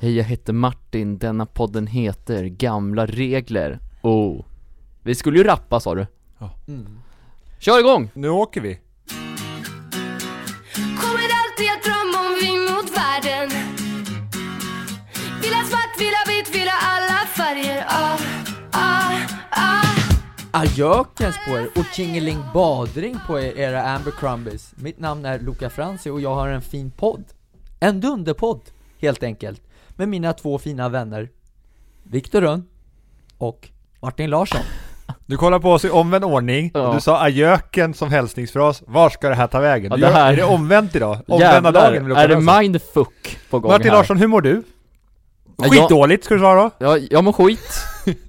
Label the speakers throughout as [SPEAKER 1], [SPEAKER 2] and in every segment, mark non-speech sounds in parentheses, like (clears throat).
[SPEAKER 1] Hej jag heter Martin, denna podden heter Gamla Regler Oh Vi skulle ju rappa sa du
[SPEAKER 2] Ja.
[SPEAKER 1] Kör igång!
[SPEAKER 2] Nu åker vi!
[SPEAKER 3] Kommer alltid att drömma om vi mot världen Vill ha svart, vill ha vitt, vill ha alla färger ah, ah, ah.
[SPEAKER 4] Ajökens på er och Tjingeling badring på er, era Ambercrumbies. Mitt namn är Luca Franzi och jag har en fin podd. En dunderpodd, helt enkelt. Med mina två fina vänner, Viktor Rönn och Martin Larsson.
[SPEAKER 2] Du kollar på oss i omvänd ordning,
[SPEAKER 1] Ja.
[SPEAKER 2] och du sa ajöken som hälsningsfras, var ska det här ta vägen?
[SPEAKER 1] Ja,
[SPEAKER 2] Du
[SPEAKER 1] det
[SPEAKER 2] gör-
[SPEAKER 1] här-
[SPEAKER 2] Är det omvänt idag? Omvända
[SPEAKER 1] Jävlar,
[SPEAKER 2] dagen vill
[SPEAKER 1] är
[SPEAKER 2] jag
[SPEAKER 1] det
[SPEAKER 2] kalla
[SPEAKER 1] mindfuck på gång
[SPEAKER 2] Martin
[SPEAKER 1] här?
[SPEAKER 2] Larsson, hur mår du?
[SPEAKER 1] Ja, jag-
[SPEAKER 2] Skitdåligt ska du svara då?
[SPEAKER 1] Ja, jag mår (laughs) skit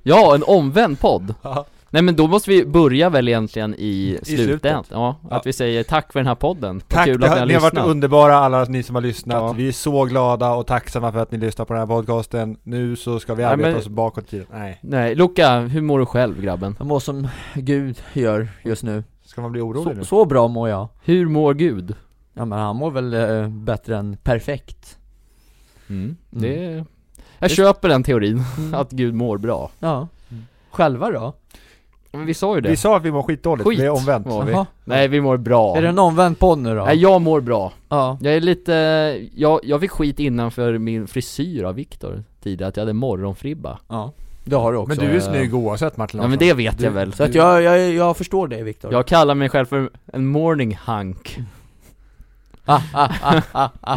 [SPEAKER 1] Ja, en omvänd podd
[SPEAKER 2] Ja.
[SPEAKER 1] Nej men då måste vi börja väl egentligen i
[SPEAKER 2] slutet.
[SPEAKER 1] slutändan, ja,
[SPEAKER 2] Ja.
[SPEAKER 1] att vi säger tack för den här podden, Vad
[SPEAKER 2] Tack,
[SPEAKER 1] kul
[SPEAKER 2] det
[SPEAKER 1] att
[SPEAKER 2] har-
[SPEAKER 1] ni har
[SPEAKER 2] ni har varit
[SPEAKER 1] lyssnat
[SPEAKER 2] underbara alla ni som har lyssnat.
[SPEAKER 1] Ja.
[SPEAKER 2] Vi är så glada och tacksamma för att ni lyssnar på den här podcasten. Nu så ska vi
[SPEAKER 1] Nej,
[SPEAKER 2] arbeta
[SPEAKER 1] men-
[SPEAKER 2] oss bakåt i tiden. Nej,
[SPEAKER 1] Nej, Luca, hur mår du själv grabben?
[SPEAKER 4] Jag mår som Gud gör just nu.
[SPEAKER 2] ska man bli orolig
[SPEAKER 4] Så,
[SPEAKER 2] nu?
[SPEAKER 4] så bra mår jag.
[SPEAKER 1] Hur mår Gud?
[SPEAKER 4] Ja men han mår väl eh, bättre än perfekt.
[SPEAKER 1] Mm. Det... Jag köper den teorin,
[SPEAKER 2] Mm.
[SPEAKER 1] att Gud mår bra
[SPEAKER 4] Ja. Själva då?
[SPEAKER 1] Men vi sa ju det
[SPEAKER 2] Vi sa att vi mår skitdåligt,
[SPEAKER 1] Skit
[SPEAKER 2] det är omvänt.
[SPEAKER 1] var vi.
[SPEAKER 4] Jaha.
[SPEAKER 1] Nej vi mår bra
[SPEAKER 4] Är det en omvänd podd nu då?
[SPEAKER 1] Nej jag mår bra,
[SPEAKER 4] Ja.
[SPEAKER 1] jag är lite, jag, jag fick skit innan för min frisyr av Viktor tidigare, att jag hade morgonfribba
[SPEAKER 4] ja. Det har du också.
[SPEAKER 2] Men du är
[SPEAKER 1] eh,
[SPEAKER 2] snygg oavsett Martin
[SPEAKER 1] Ja men det vet jag väl
[SPEAKER 4] Så att jag, jag, jag förstår dig Viktor.
[SPEAKER 1] Jag kallar mig själv för en morning hunk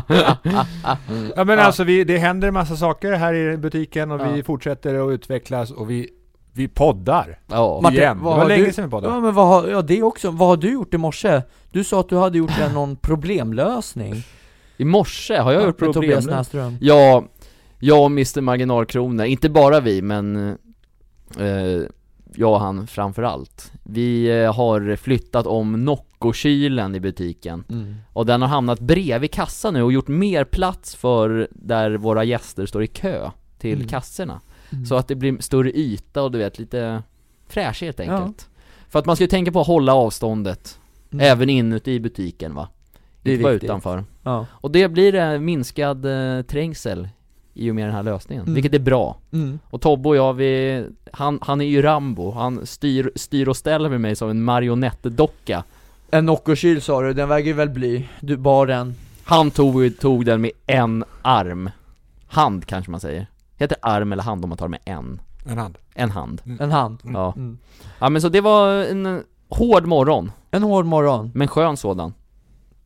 [SPEAKER 2] Ja men
[SPEAKER 4] Ja.
[SPEAKER 2] alltså vi, det händer en massa saker här i butiken och vi
[SPEAKER 4] Ja.
[SPEAKER 2] fortsätter att utvecklas och vi, vi poddar
[SPEAKER 1] Ja,
[SPEAKER 4] Martin,
[SPEAKER 2] igen. Det
[SPEAKER 4] vad
[SPEAKER 2] var
[SPEAKER 4] har
[SPEAKER 2] länge
[SPEAKER 4] du-
[SPEAKER 2] sedan vi poddade.
[SPEAKER 4] Ja men vad har, ja det också, vad har du gjort i morse? Du sa att du hade gjort en någon problemlösning
[SPEAKER 1] i morse har jag gjort problem
[SPEAKER 4] med Tobias Näsström
[SPEAKER 1] Ja, jag och Mr Marginalkrona, inte bara vi men eh, jag och han framförallt Vi eh, har flyttat om Noccokylen i butiken
[SPEAKER 4] mm.
[SPEAKER 1] Och den har hamnat bredvid kassan nu och gjort mer plats för där våra gäster står i kö till
[SPEAKER 4] Mm.
[SPEAKER 1] kassorna.
[SPEAKER 4] Mm.
[SPEAKER 1] Så att det blir större yta och du vet lite fräsch helt enkelt. För att man ska ju tänka på att hålla avståndet,
[SPEAKER 4] Mm.
[SPEAKER 1] även inuti butiken va?
[SPEAKER 4] Det är
[SPEAKER 1] Inte bara
[SPEAKER 4] viktigt.
[SPEAKER 1] utanför.
[SPEAKER 4] Ja.
[SPEAKER 1] Och det blir eh, minskad eh, trängsel i och med den här lösningen,
[SPEAKER 4] Mm.
[SPEAKER 1] vilket är bra.
[SPEAKER 4] Mm.
[SPEAKER 1] Och Tobbe och jag, vi, han, han är ju Rambo, han styr, styr och ställer med mig som en marionettdocka
[SPEAKER 4] En Noccokyl sa du, den väger väl bly? Du bar den
[SPEAKER 1] Han tog, ju- tog den med en arm Hand kanske man säger Heter arm eller hand om man tar med en?
[SPEAKER 2] En hand.
[SPEAKER 1] En hand
[SPEAKER 4] en hand
[SPEAKER 1] Ja,
[SPEAKER 4] mm.
[SPEAKER 1] ja men så det var en hård morgon,
[SPEAKER 4] En hård morgon,
[SPEAKER 1] men skön sådan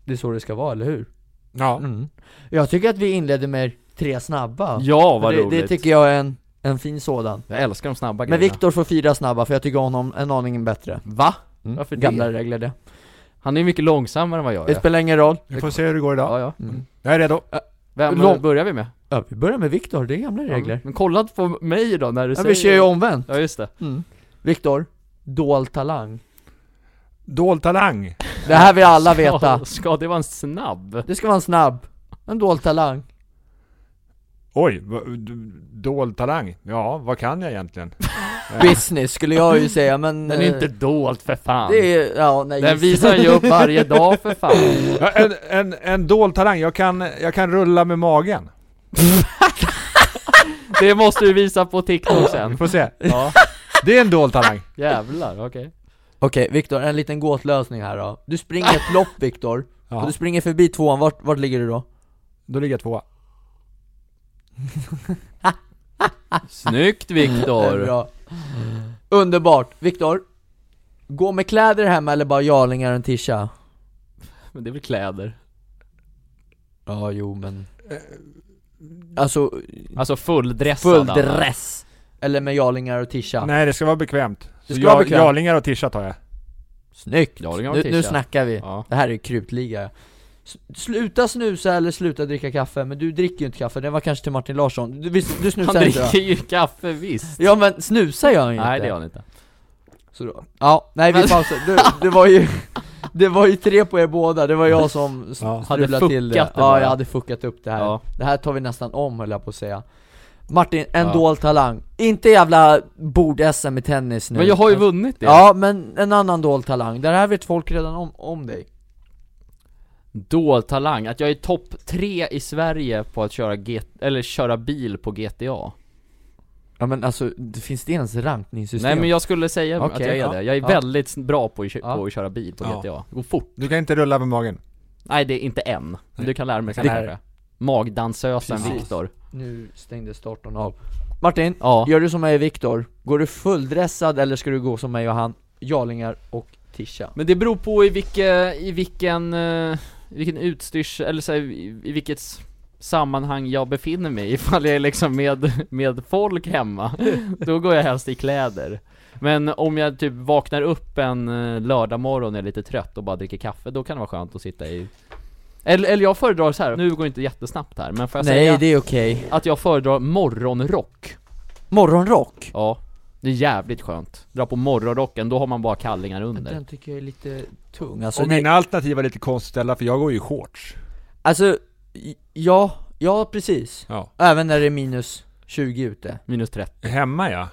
[SPEAKER 4] det är så det ska vara, eller hur?
[SPEAKER 2] Ja.
[SPEAKER 4] Mm. Jag tycker att vi inleder med tre snabba
[SPEAKER 1] Ja vad
[SPEAKER 4] det,
[SPEAKER 1] roligt!
[SPEAKER 4] det tycker jag är en, en fin sådan
[SPEAKER 1] Jag älskar de snabba
[SPEAKER 4] Men
[SPEAKER 1] grejerna
[SPEAKER 4] Viktor får fyra snabba för jag tycker honom en aning bättre
[SPEAKER 1] Va?
[SPEAKER 4] mm.
[SPEAKER 1] Varför det?
[SPEAKER 4] Gamla regler det
[SPEAKER 1] Han är ju mycket långsammare än vad jag
[SPEAKER 4] Det
[SPEAKER 1] är
[SPEAKER 4] spelar ingen roll
[SPEAKER 2] Vi får se hur det går idag.
[SPEAKER 1] Ja ja,
[SPEAKER 4] mm.
[SPEAKER 2] Jag är redo.
[SPEAKER 1] vem
[SPEAKER 4] Lång-
[SPEAKER 1] börjar vi med?
[SPEAKER 4] Ja, vi börjar med Viktor, det är gamla regler
[SPEAKER 1] Men kolla på mig då när du
[SPEAKER 4] Ja,
[SPEAKER 1] säger
[SPEAKER 4] vi kör ju omvänt.
[SPEAKER 1] Ja just det
[SPEAKER 4] Viktor, dold talang.
[SPEAKER 2] Dold talang.
[SPEAKER 4] Det här
[SPEAKER 1] (laughs)
[SPEAKER 4] vill alla veta.
[SPEAKER 1] ska, ska det vara en snabb?
[SPEAKER 4] Det ska vara en snabb. En dold talang.
[SPEAKER 2] Oj, va- d- dold talang. Ja, vad kan jag egentligen?
[SPEAKER 4] Business skulle jag ju säga,
[SPEAKER 1] (laughs)
[SPEAKER 4] men...
[SPEAKER 1] Den är
[SPEAKER 4] eh,
[SPEAKER 1] inte dold för fan
[SPEAKER 4] Det är, ja, nej.
[SPEAKER 1] Den visar
[SPEAKER 4] (laughs)
[SPEAKER 1] ju upp varje dag för fan
[SPEAKER 2] Ja, en, en, en dold talang. Jag kan, jag kan rulla med magen.
[SPEAKER 1] Det måste du visa på TikTok sen
[SPEAKER 2] Vi får se.
[SPEAKER 1] Ja,
[SPEAKER 2] Det är en dold talang.
[SPEAKER 1] jävlar, okej
[SPEAKER 4] Okej, Viktor, en liten gåtlösning här då. Du springer ett lopp,
[SPEAKER 1] (laughs)
[SPEAKER 4] Viktor. Och
[SPEAKER 2] Ja,
[SPEAKER 4] du springer förbi tvåan, vart, vart ligger du då?
[SPEAKER 2] då ligger jag tvåa.
[SPEAKER 1] (laughs) Snyggt
[SPEAKER 4] Det är
[SPEAKER 1] Viktor!
[SPEAKER 4] Eh, bra. Underbart. Viktor, gå med kläder hem eller bara jarlingar och en tisha?
[SPEAKER 1] Men det är väl kläder?
[SPEAKER 4] Ja, jo men... Alltså,
[SPEAKER 1] Alltså fulldressad
[SPEAKER 4] full dress. Eller med jarlingar och tisha.
[SPEAKER 2] Nej, det ska vara bekvämt. Så
[SPEAKER 4] ska vara
[SPEAKER 2] jag-
[SPEAKER 4] bekvämt.
[SPEAKER 2] Jarlingar och tisha tar jag.
[SPEAKER 4] Snyggt!
[SPEAKER 1] Jarlingar och
[SPEAKER 4] Nu,
[SPEAKER 1] tisha.
[SPEAKER 4] nu snackar vi.
[SPEAKER 1] Ja.
[SPEAKER 4] Det här är ju krutliga S- Sluta snusa eller sluta dricka kaffe, men du dricker ju inte kaffe, den var kanske till Martin Larsson Du, visst, du
[SPEAKER 1] Han
[SPEAKER 4] snusar inte va?
[SPEAKER 1] dricker ju kaffe visst!
[SPEAKER 4] Ja men snusar gör han ju
[SPEAKER 1] Nej
[SPEAKER 4] inte
[SPEAKER 1] det gör han inte
[SPEAKER 4] Så då. Ja, nej vi
[SPEAKER 1] Men-
[SPEAKER 4] pausar, du, det var ju (laughs) Det var ju tre på er båda, det var jag som s-
[SPEAKER 2] Ja.
[SPEAKER 4] strulade
[SPEAKER 1] Hade
[SPEAKER 4] till det
[SPEAKER 1] fuckat det
[SPEAKER 4] Ja
[SPEAKER 1] bara.
[SPEAKER 4] jag hade fuckat upp det här
[SPEAKER 1] Ja.
[SPEAKER 4] Det här tar vi nästan om höll jag på att säga Martin, en
[SPEAKER 1] Ja.
[SPEAKER 4] dold talang Inte jävla bord-SM i tennis nu
[SPEAKER 1] Men jag har ju vunnit det!
[SPEAKER 4] Ja men en annan dold talang, där här vet folk redan om, om dig
[SPEAKER 1] dold talang, att jag är topp tre i Sverige på att köra, G- eller köra bil på GTA
[SPEAKER 4] Ja men alltså, det finns det ens rankningssystem?
[SPEAKER 1] Nej men jag skulle säga att
[SPEAKER 4] Okej,
[SPEAKER 1] jag är
[SPEAKER 4] ja,
[SPEAKER 1] det, jag är
[SPEAKER 4] ja.
[SPEAKER 1] väldigt bra på, att kö-
[SPEAKER 4] Ja.
[SPEAKER 1] på att köra bil på
[SPEAKER 5] Ja.
[SPEAKER 1] GTA, det går fort
[SPEAKER 5] Du kan inte rulla med magen.
[SPEAKER 1] Nej det är inte än, du kan lära mig
[SPEAKER 5] kan
[SPEAKER 1] sen
[SPEAKER 5] lära
[SPEAKER 1] kanske Magdansösen
[SPEAKER 4] Precis.
[SPEAKER 1] Viktor
[SPEAKER 4] Nu stängde starten av Martin,
[SPEAKER 1] Ja,
[SPEAKER 4] gör du som mig och Viktor? Går du fulldressad eller ska du gå som mig och han? Jarlingar och Tisha
[SPEAKER 1] men det beror på i vilken, i vilken, eh, i vilken utstyrsel, eller så här, i i vilket s- sammanhang jag befinner mig (laughs) Ifall jag är liksom med, med folk hemma,
[SPEAKER 4] (laughs)
[SPEAKER 1] då går jag helst i kläder Men om jag typ vaknar upp en eh, lördag morgon och är lite trött och bara dricker kaffe, då kan det vara skönt att sitta i eller, eller jag föredrar så här. nu går det inte jättesnabbt här, men får jag säga
[SPEAKER 4] Nej det är okej
[SPEAKER 1] att jag föredrar morgonrock
[SPEAKER 4] Morgonrock?
[SPEAKER 1] Ja, det är jävligt skönt. Dra på morgonrocken, då har man bara kallingar under.
[SPEAKER 4] Den tycker jag är lite tung alltså,
[SPEAKER 5] Och
[SPEAKER 4] nej,
[SPEAKER 5] mina alternativ var lite konstställda för jag går ju i shorts.
[SPEAKER 4] alltså, j- ja, ja precis
[SPEAKER 5] Ja.
[SPEAKER 4] Även när det är minus 20 ute
[SPEAKER 1] Minus 30.
[SPEAKER 5] Hemma ja.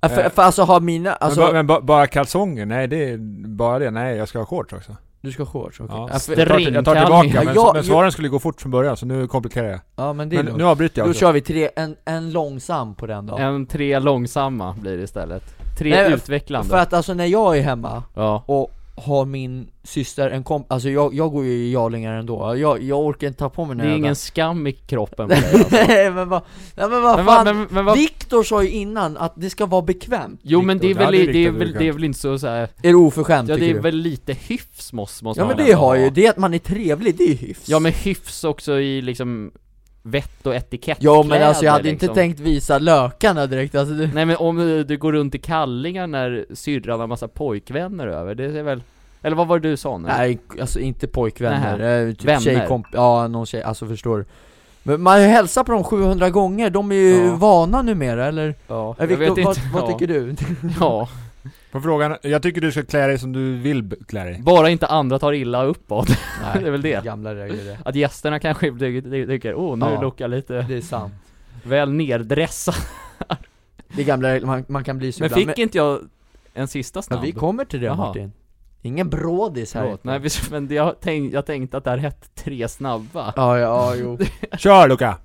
[SPEAKER 4] Ja, för,
[SPEAKER 5] Eh.
[SPEAKER 4] för alltså har mina, alltså,
[SPEAKER 5] men ba, men ba, bara kalsonger? Nej det är bara det. Nej jag ska ha shorts också.
[SPEAKER 4] du ska ha shorts okej.
[SPEAKER 5] Ja.
[SPEAKER 4] ja. för-
[SPEAKER 5] Jag tar, jag tar tillbaka, men,
[SPEAKER 4] Ja, jag-
[SPEAKER 5] men svaren skulle gå fort från början så nu komplicerar jag.
[SPEAKER 4] ja men det är
[SPEAKER 5] Men
[SPEAKER 4] lugnt.
[SPEAKER 5] nu avbryter jag
[SPEAKER 4] Då
[SPEAKER 5] också.
[SPEAKER 4] kör vi tre, en, en långsam på den då
[SPEAKER 1] En tre långsamma blir det istället. Tre
[SPEAKER 4] Nej, men-
[SPEAKER 1] utvecklande.
[SPEAKER 4] För att alltså när jag är hemma
[SPEAKER 1] Ja.
[SPEAKER 4] och har min syster en komp alltså jag, jag går ju i jarlingar ändå, jag, jag orkar inte ta på mig
[SPEAKER 1] Det
[SPEAKER 4] den
[SPEAKER 1] är
[SPEAKER 4] här
[SPEAKER 1] ingen
[SPEAKER 4] jävla-
[SPEAKER 1] skam i kroppen på dig alltså.
[SPEAKER 4] (laughs) Nej men vad, nej men vad
[SPEAKER 1] Men
[SPEAKER 4] fan,
[SPEAKER 1] vad, men, men vad
[SPEAKER 4] Viktor sa ju innan att det ska vara bekvämt
[SPEAKER 1] Jo men det är
[SPEAKER 5] Viktor,
[SPEAKER 1] väl,
[SPEAKER 5] ja, det är
[SPEAKER 1] det är
[SPEAKER 5] Viktor,
[SPEAKER 1] väl, det är väl inte så, så här.
[SPEAKER 4] Är du oförskämt
[SPEAKER 1] ja det
[SPEAKER 4] tycker
[SPEAKER 1] är
[SPEAKER 4] du?
[SPEAKER 1] väl lite hyfs måste, måste
[SPEAKER 4] ja
[SPEAKER 1] man
[SPEAKER 4] men
[SPEAKER 1] väl
[SPEAKER 4] det
[SPEAKER 1] ändå
[SPEAKER 4] har ju,
[SPEAKER 1] ha.
[SPEAKER 4] det är att man är trevlig, det är ju hyfs
[SPEAKER 1] Ja men hyfs också i liksom vett och etikett
[SPEAKER 4] Ja, men alltså jag hade
[SPEAKER 1] liksom.
[SPEAKER 4] inte tänkt visa lökarna direkt alltså du...
[SPEAKER 1] Nej men om eh, du går runt i kallingar när syrran har massa pojkvänner över, det är väl Eller vad var det du sa nu?
[SPEAKER 4] Nej, alltså inte pojkvänner, eh, typ
[SPEAKER 1] Vänner.
[SPEAKER 4] tjejkomp... Ja, någon tjej, alltså förstår du Men man har ju hälsat på dem 700 gånger, de är ju
[SPEAKER 1] Ja.
[SPEAKER 4] vana numera eller?
[SPEAKER 1] ja,
[SPEAKER 4] Eh, Viktor, vad, vad
[SPEAKER 1] Ja.
[SPEAKER 4] tycker du?
[SPEAKER 1] Ja,
[SPEAKER 5] På frågan, jag tycker du ska klä dig som du vill b- klä
[SPEAKER 4] (laughs)
[SPEAKER 5] dig.
[SPEAKER 1] bara inte andra tar illa upp av det. (laughs)
[SPEAKER 4] Nej,
[SPEAKER 1] Det är väl det.
[SPEAKER 4] Gamla regler det
[SPEAKER 1] Att gästerna kanske (laughs) ty- ty- tycker, oh nu
[SPEAKER 4] Ja.
[SPEAKER 1] lukar jag lite
[SPEAKER 4] Det är sant
[SPEAKER 1] väl neddressad
[SPEAKER 4] Det är gamla regler, man, man kan bli så
[SPEAKER 1] Men
[SPEAKER 4] ibland
[SPEAKER 1] fick inte jag en sista
[SPEAKER 4] men
[SPEAKER 1] snabb?
[SPEAKER 4] vi kommer till det
[SPEAKER 1] Jaha.
[SPEAKER 4] Martin Ingen brådis här
[SPEAKER 1] Förlåt, nej, vi, men det, jag, tänk, jag tänkte att det här hette tre snabba
[SPEAKER 4] Ja, ja,
[SPEAKER 1] (laughs)
[SPEAKER 4] jo
[SPEAKER 5] Kör Luca!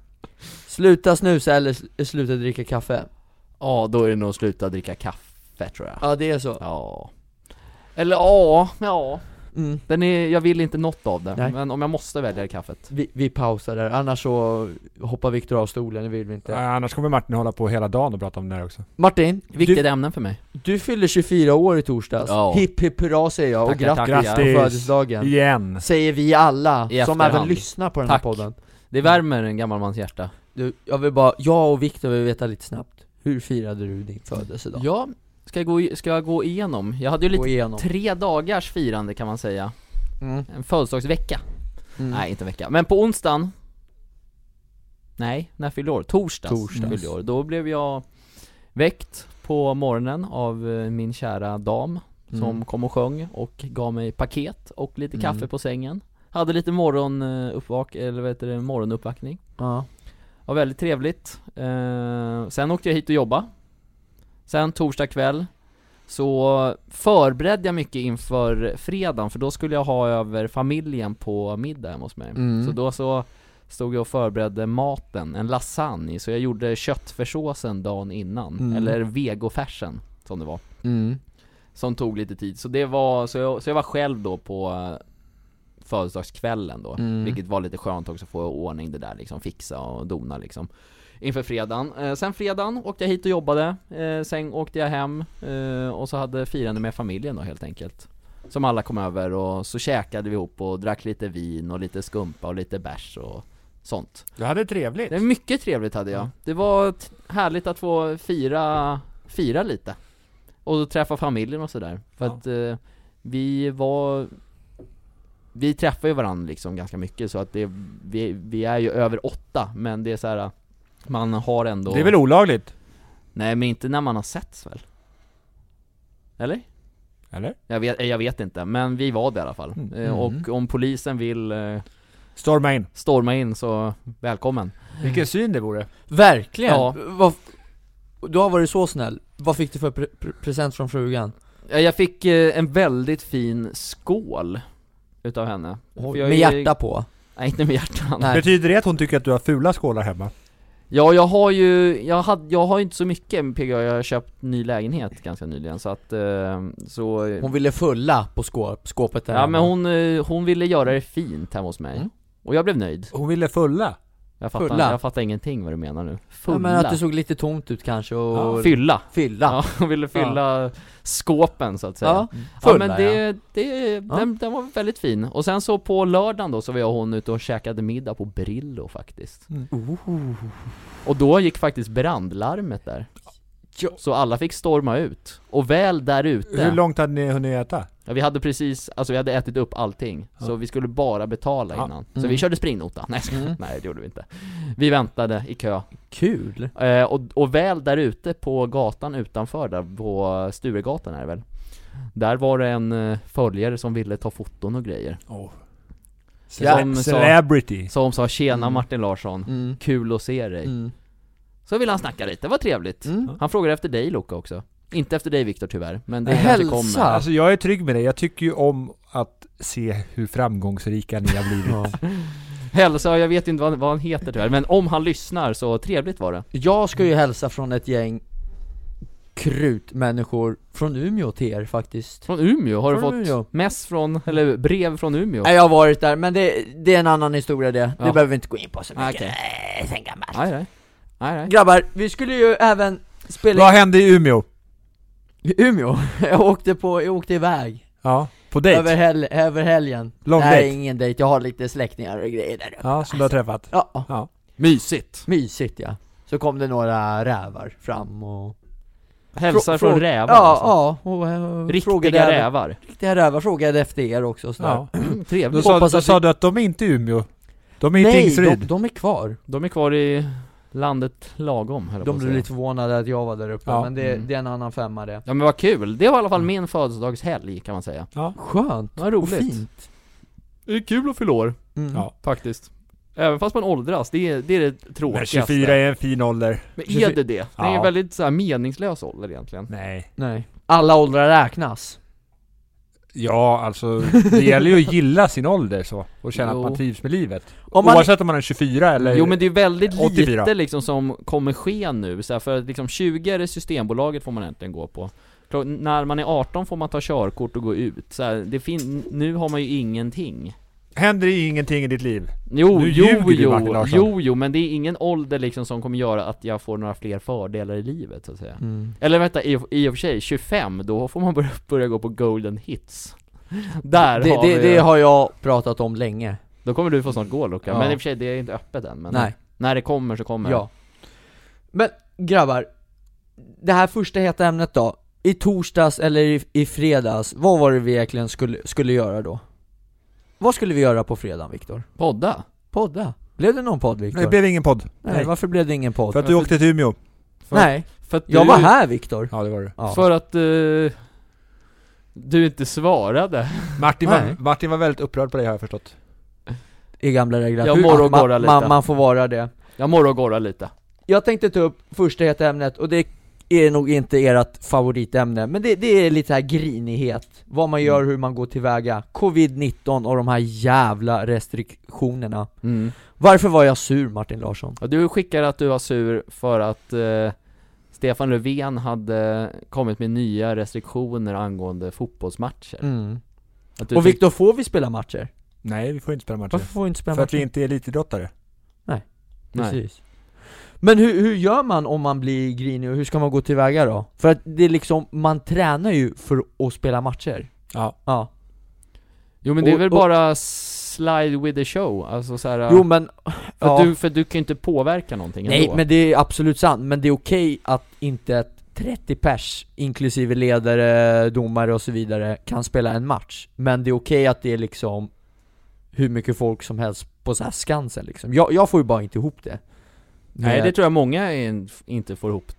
[SPEAKER 4] Sluta snusa eller s- sluta dricka kaffe
[SPEAKER 1] Ja, då är det nog sluta dricka kaffe tror jag
[SPEAKER 4] Ja, det är så
[SPEAKER 1] Ja Eller ja, ja
[SPEAKER 4] mm.
[SPEAKER 1] Den är, jag vill inte något av det,
[SPEAKER 4] Nej.
[SPEAKER 1] men om jag måste välja är det kaffet
[SPEAKER 4] vi, vi pausar där, annars så hoppar Viktor av stolen, det vill vi inte
[SPEAKER 5] Äh, annars kommer Martin hålla på hela dagen och prata om det här också.
[SPEAKER 4] Martin,
[SPEAKER 1] Viktiga
[SPEAKER 4] du,
[SPEAKER 1] ämnen för mig
[SPEAKER 4] du fyller 24 år i torsdags
[SPEAKER 1] Ja.
[SPEAKER 4] Hipp hipp hurra säger jag och
[SPEAKER 1] Tackar,
[SPEAKER 4] grattis
[SPEAKER 1] tackar.
[SPEAKER 4] på födelsedagen
[SPEAKER 5] Igen!
[SPEAKER 4] Säger vi alla,
[SPEAKER 1] I
[SPEAKER 4] som
[SPEAKER 1] efterhand.
[SPEAKER 4] även lyssnar på den här
[SPEAKER 1] Tack.
[SPEAKER 4] podden
[SPEAKER 1] Det värmer en gammal mans hjärta
[SPEAKER 4] du, Jag vill bara, jag och Viktor vill veta lite snabbt Hur firade du din födelsedag?
[SPEAKER 1] Ja, ska jag gå, i- ska jag gå igenom? Jag hade ju lite
[SPEAKER 4] Gå igenom
[SPEAKER 1] tre dagars firande kan man säga
[SPEAKER 4] mm.
[SPEAKER 1] En födelsedagsvecka
[SPEAKER 4] Mm.
[SPEAKER 1] Nej inte en vecka, men på onsdagen Nej, när fyllde jag år? Torsdags,
[SPEAKER 4] Torsdags.
[SPEAKER 1] fyllde jag år. Då blev jag väckt på morgonen av eh, min kära dam Som
[SPEAKER 4] Mm.
[SPEAKER 1] kom och sjöng och gav mig paket och lite
[SPEAKER 4] Mm.
[SPEAKER 1] kaffe på sängen Hade lite morgonuppvak, eller vad heter det, morgonuppvaktning
[SPEAKER 4] Ja.
[SPEAKER 1] Var väldigt trevligt. Eh, sen åkte jag hit och jobba. Sen torsdag kväll så förberedde jag mycket inför fredagen för då skulle jag ha över familjen på middag hemma hos mig.
[SPEAKER 4] Mm.
[SPEAKER 1] Så då så stod jag och förberedde maten, en lasagne, så jag gjorde köttfärssåsen dagen innan,
[SPEAKER 4] Mm.
[SPEAKER 1] eller vegofärsen som det var.
[SPEAKER 4] Mm.
[SPEAKER 1] Som tog lite tid, så det var, så jag, så jag var själv då på eh, födelsedagskvällen då
[SPEAKER 4] Mm.
[SPEAKER 1] Vilket var lite skönt också att få ordning det där liksom, fixa och dona liksom Inför fredagen, eh, sen fredagen åkte jag hit och jobbade, eh, sen åkte jag hem eh, och så hade firande med familjen då helt enkelt Som alla kom över och så käkade vi ihop och drack lite vin och lite skumpa och lite bärs och sånt
[SPEAKER 5] Du hade trevligt.
[SPEAKER 1] Det var mycket trevligt hade jag. Det var t- härligt att få fira, fira lite. Och träffa familjen och sådär. För
[SPEAKER 5] Ja.
[SPEAKER 1] att eh, vi var, vi träffar ju varandra liksom ganska mycket så att det, vi, vi är ju över åtta men det är så här. man har ändå
[SPEAKER 5] Det är väl olagligt?
[SPEAKER 1] Nej men inte när man har setts väl? Eller?
[SPEAKER 5] Eller?
[SPEAKER 1] Jag vet, eh, jag vet inte, men vi var det i alla fall.
[SPEAKER 5] Mm.
[SPEAKER 1] Eh, Och om polisen vill eh,
[SPEAKER 5] Storma in.
[SPEAKER 1] storma in så välkommen.
[SPEAKER 4] Mm.
[SPEAKER 5] Vilken syn det vore.
[SPEAKER 4] Verkligen!
[SPEAKER 1] Ja.
[SPEAKER 4] Vad, du har varit så snäll, vad fick du för pre- pre- present från frugan?
[SPEAKER 1] Ja, Jag fick eh, en väldigt fin skål utav henne
[SPEAKER 4] Och
[SPEAKER 1] För jag
[SPEAKER 4] Med
[SPEAKER 1] är-
[SPEAKER 4] hjärta på.
[SPEAKER 1] Nej inte med hjärtan
[SPEAKER 4] Nej.
[SPEAKER 2] Betyder det att hon tycker att du har fula skålar hemma?
[SPEAKER 1] Ja jag har ju, jag, hade, jag har ju inte så mycket med PGA, jag har köpt ny lägenhet ganska nyligen så att, eh, så
[SPEAKER 4] Hon ville fulla på skåp, skåpet där
[SPEAKER 1] Ja men
[SPEAKER 4] hemma.
[SPEAKER 1] hon, eh, hon ville göra det fint hemma hos mig
[SPEAKER 4] Mm.
[SPEAKER 1] Och jag blev nöjd
[SPEAKER 2] Hon ville fulla?
[SPEAKER 1] jag fattar,
[SPEAKER 4] Fulla.
[SPEAKER 1] jag fattar ingenting vad du menar nu
[SPEAKER 4] Ja,
[SPEAKER 1] Fulla
[SPEAKER 4] men att det såg lite tomt ut kanske och...
[SPEAKER 1] Ja, Fylla
[SPEAKER 4] Fylla.
[SPEAKER 1] Ja, hon ville fylla skåpen så att säga
[SPEAKER 4] Ja,
[SPEAKER 1] Ja
[SPEAKER 4] fulla
[SPEAKER 1] men
[SPEAKER 4] ja,
[SPEAKER 1] det, det Den, den var väldigt fin. Och sen så på lördagen då så var jag och hon ute och käkade middag på Brillo faktiskt.
[SPEAKER 4] Mm.
[SPEAKER 1] Och då gick faktiskt brandlarmet där.
[SPEAKER 4] Ja.
[SPEAKER 1] Så alla fick storma ut. Och väl där
[SPEAKER 2] Hur
[SPEAKER 1] ute,
[SPEAKER 2] långt hade ni hunnit äta?
[SPEAKER 1] ja, vi hade precis, alltså vi hade ätit upp allting. Så vi skulle bara betala
[SPEAKER 2] Ja.
[SPEAKER 1] innan. Så
[SPEAKER 4] Mm.
[SPEAKER 1] vi körde springnota. Nej, jag
[SPEAKER 4] Mm.
[SPEAKER 1] skojar. nej det gjorde vi inte. Vi väntade i kö.
[SPEAKER 4] Kul!
[SPEAKER 1] Eh, och, och väl där ute på gatan utanför där, på Sturegatan är det väl Där var det en eh, följare som ville ta foton och grejer
[SPEAKER 4] Mm.
[SPEAKER 1] Som sa-
[SPEAKER 2] Celebrity.
[SPEAKER 1] Som sa 'Tjena
[SPEAKER 4] Mm.
[SPEAKER 1] Martin Larsson,
[SPEAKER 4] Mm.
[SPEAKER 1] kul att se dig'
[SPEAKER 4] Mm.
[SPEAKER 1] Så ville han snacka lite, det var trevligt
[SPEAKER 4] Mm.
[SPEAKER 1] Han frågade efter dig Loka också Inte efter dig Viktor tyvärr, men det
[SPEAKER 4] Nej,
[SPEAKER 1] kanske
[SPEAKER 4] hälsa.
[SPEAKER 1] kommer
[SPEAKER 4] Ja.
[SPEAKER 2] Alltså jag är trygg med det. Jag tycker ju om att se hur framgångsrika ni har blivit.
[SPEAKER 4] Ja.
[SPEAKER 1] Hälsa, jag vet inte vad, vad han heter tyvärr, men om han lyssnar så trevligt var det
[SPEAKER 4] Jag ska ju hälsa från ett gäng krutmänniskor från Umeå till er faktiskt
[SPEAKER 1] Från Umeå, har
[SPEAKER 4] Från
[SPEAKER 1] du fått
[SPEAKER 4] Umeå.
[SPEAKER 1] mess från, eller brev från Umeå?
[SPEAKER 4] Nej jag har varit där, men det, det är en annan historia det, det
[SPEAKER 1] Ja.
[SPEAKER 4] behöver vi inte gå in på så
[SPEAKER 1] Ah,
[SPEAKER 4] mycket,
[SPEAKER 1] okej.
[SPEAKER 4] okay. sen gammalt
[SPEAKER 1] Nej nej, nej, nej.
[SPEAKER 4] Grabbar, vi skulle ju även spela
[SPEAKER 2] Vad hände i Umeå?
[SPEAKER 4] i Umeå, (laughs) jag åkte på, jag åkte iväg
[SPEAKER 2] Ja, på dejt?
[SPEAKER 4] över, hel, över helgen
[SPEAKER 2] Lång
[SPEAKER 4] Nej
[SPEAKER 2] dejt?
[SPEAKER 4] ingen dejt, jag har lite släktingar och grejer där uppe
[SPEAKER 2] Ja, som du har träffat?
[SPEAKER 4] ja,
[SPEAKER 2] Ja.
[SPEAKER 1] Mysigt!
[SPEAKER 4] mysigt ja Så kom det några rävar fram och...
[SPEAKER 1] Hälsar
[SPEAKER 4] Frå-
[SPEAKER 1] från
[SPEAKER 4] frå-
[SPEAKER 1] rävar
[SPEAKER 4] Ja,
[SPEAKER 1] alltså.
[SPEAKER 4] ja, och, eh, frågade
[SPEAKER 1] Riktiga
[SPEAKER 4] även-
[SPEAKER 1] rävar.
[SPEAKER 4] Riktiga rävar frågade efter er också och sådär.
[SPEAKER 2] ja.
[SPEAKER 1] (clears throat)
[SPEAKER 2] Då,
[SPEAKER 1] Trevligt.
[SPEAKER 2] sa,
[SPEAKER 4] Hoppas
[SPEAKER 2] då
[SPEAKER 4] att
[SPEAKER 2] sa du att de är inte i Umeå. De är inte i
[SPEAKER 4] Nej, de,
[SPEAKER 2] Tingsryd.
[SPEAKER 4] de är kvar.
[SPEAKER 1] De är kvar i landet lagom höll jag på
[SPEAKER 4] De
[SPEAKER 1] att
[SPEAKER 4] blev
[SPEAKER 1] säga.
[SPEAKER 4] lite förvånade att jag var där uppe,
[SPEAKER 2] Ja.
[SPEAKER 4] men det,
[SPEAKER 1] Mm.
[SPEAKER 4] det är en annan femma det.
[SPEAKER 1] Ja men vad kul, det var i alla fall min födelsedagshelg kan man säga.
[SPEAKER 4] Skönt
[SPEAKER 1] Mm. Vad
[SPEAKER 4] och
[SPEAKER 1] roligt.
[SPEAKER 4] fint.
[SPEAKER 1] Det är kul att fylla år,
[SPEAKER 4] Mm.
[SPEAKER 2] Ja.
[SPEAKER 1] faktiskt. Även fast man åldras, det är det, är det
[SPEAKER 2] Men
[SPEAKER 1] tråkigaste.
[SPEAKER 2] 24 är en fin ålder.
[SPEAKER 1] Men är det det? Det är
[SPEAKER 2] Ja.
[SPEAKER 1] en väldigt så här, meningslös ålder egentligen.
[SPEAKER 2] Nej.
[SPEAKER 4] Nej. Alla åldrar räknas.
[SPEAKER 2] Ja, alltså det gäller ju att gilla sin ålder så. Och känna
[SPEAKER 1] Jo.
[SPEAKER 2] att man trivs med livet.
[SPEAKER 4] Om man...
[SPEAKER 2] Oavsett om man är 24 eller...
[SPEAKER 1] Jo men det är väldigt
[SPEAKER 2] 84.
[SPEAKER 1] lite liksom som kommer ske nu, så här, för att liksom 20 är det Systembolaget får man egentligen gå på. Klar, När man är 18 får man ta körkort och gå ut, så här, det fin- nu har man ju ingenting.
[SPEAKER 2] Händer det ingenting i ditt liv?
[SPEAKER 1] Jo,
[SPEAKER 2] Nu
[SPEAKER 1] jo,
[SPEAKER 2] ljuger du,
[SPEAKER 1] jo,
[SPEAKER 2] Martin Larsson.
[SPEAKER 1] jo, jo, men det är ingen ålder liksom som kommer göra att jag får några fler fördelar i livet så att säga
[SPEAKER 4] Mm.
[SPEAKER 1] Eller vänta, i, i och för sig, 25, då får man börja, börja gå på golden hits Där
[SPEAKER 4] Det,
[SPEAKER 1] har
[SPEAKER 4] det,
[SPEAKER 1] vi, Mm.
[SPEAKER 4] det har jag pratat om länge.
[SPEAKER 1] då kommer du få snart gå Luka,
[SPEAKER 4] Ja.
[SPEAKER 1] men i och för sig det är inte öppet än men
[SPEAKER 4] Nej.
[SPEAKER 1] När det kommer så kommer
[SPEAKER 4] Ja. Men grabbar, det här första heta ämnet då. I torsdags eller i, i fredags, vad var det vi egentligen skulle, skulle göra då? Vad skulle vi göra på fredagen Viktor?
[SPEAKER 1] det. Podda!
[SPEAKER 4] Podda? Blev det någon podd Viktor?
[SPEAKER 2] Det blev ingen podd.
[SPEAKER 4] Nej, varför blev det ingen podd?
[SPEAKER 2] För att du åkte till Umeå.
[SPEAKER 1] för-
[SPEAKER 4] Nej,
[SPEAKER 1] För att
[SPEAKER 4] jag
[SPEAKER 1] du,
[SPEAKER 4] var här Viktor
[SPEAKER 2] Ja, det var du.
[SPEAKER 4] ja.
[SPEAKER 1] För att eh, du inte svarade
[SPEAKER 2] Martin
[SPEAKER 4] Nej.
[SPEAKER 2] var, Martin var väldigt upprörd på dig har jag förstått.
[SPEAKER 4] I gamla regler
[SPEAKER 1] Jag
[SPEAKER 4] Hur-
[SPEAKER 1] mår och
[SPEAKER 4] att ma-
[SPEAKER 1] gorrar lite.
[SPEAKER 4] ma- Man får vara det
[SPEAKER 1] Jag morrar och gorrar lite
[SPEAKER 4] Jag tänkte ta upp första heta ämnet och det är nog inte ert favoritämne Men det, det är lite här grinighet Vad man gör, hur man går tillväga Covid-19 och de här jävla restriktionerna
[SPEAKER 1] mm.
[SPEAKER 4] Varför var jag sur Martin Larsson?
[SPEAKER 1] Och du skickade att du var sur för att eh, Stefan Löfven hade kommit med nya restriktioner angående fotbollsmatcher. Att du
[SPEAKER 4] Mm. Och
[SPEAKER 1] tyck-
[SPEAKER 4] Viktor, får vi spela matcher?
[SPEAKER 2] Nej, vi får inte spela matcher.
[SPEAKER 4] Varför får vi inte spela
[SPEAKER 2] För att
[SPEAKER 4] matcher?
[SPEAKER 2] vi inte är elitidrottare.
[SPEAKER 1] Nej.
[SPEAKER 4] Precis. Men hur, hur gör man om man blir grinig och hur ska man gå tillväga då? För att det är liksom, man tränar ju för att spela matcher
[SPEAKER 2] Ja.
[SPEAKER 4] Ja,
[SPEAKER 1] Jo men det är
[SPEAKER 4] och-
[SPEAKER 1] väl
[SPEAKER 4] och-
[SPEAKER 1] bara slide with the show, alltså så här,
[SPEAKER 4] jo men...
[SPEAKER 1] för, att du, för du kan ju inte påverka någonting
[SPEAKER 4] Nej
[SPEAKER 1] ändå.
[SPEAKER 4] men det är absolut sant, men det är okej att inte ett 30 pers, inklusive ledare, domare och så vidare, kan spela en match Men det är okej att det är liksom hur mycket folk som helst på så här Skansen liksom Jag, jag får ju bara inte ihop det
[SPEAKER 1] Nej
[SPEAKER 4] Med-
[SPEAKER 1] det tror jag många är, inte får ihop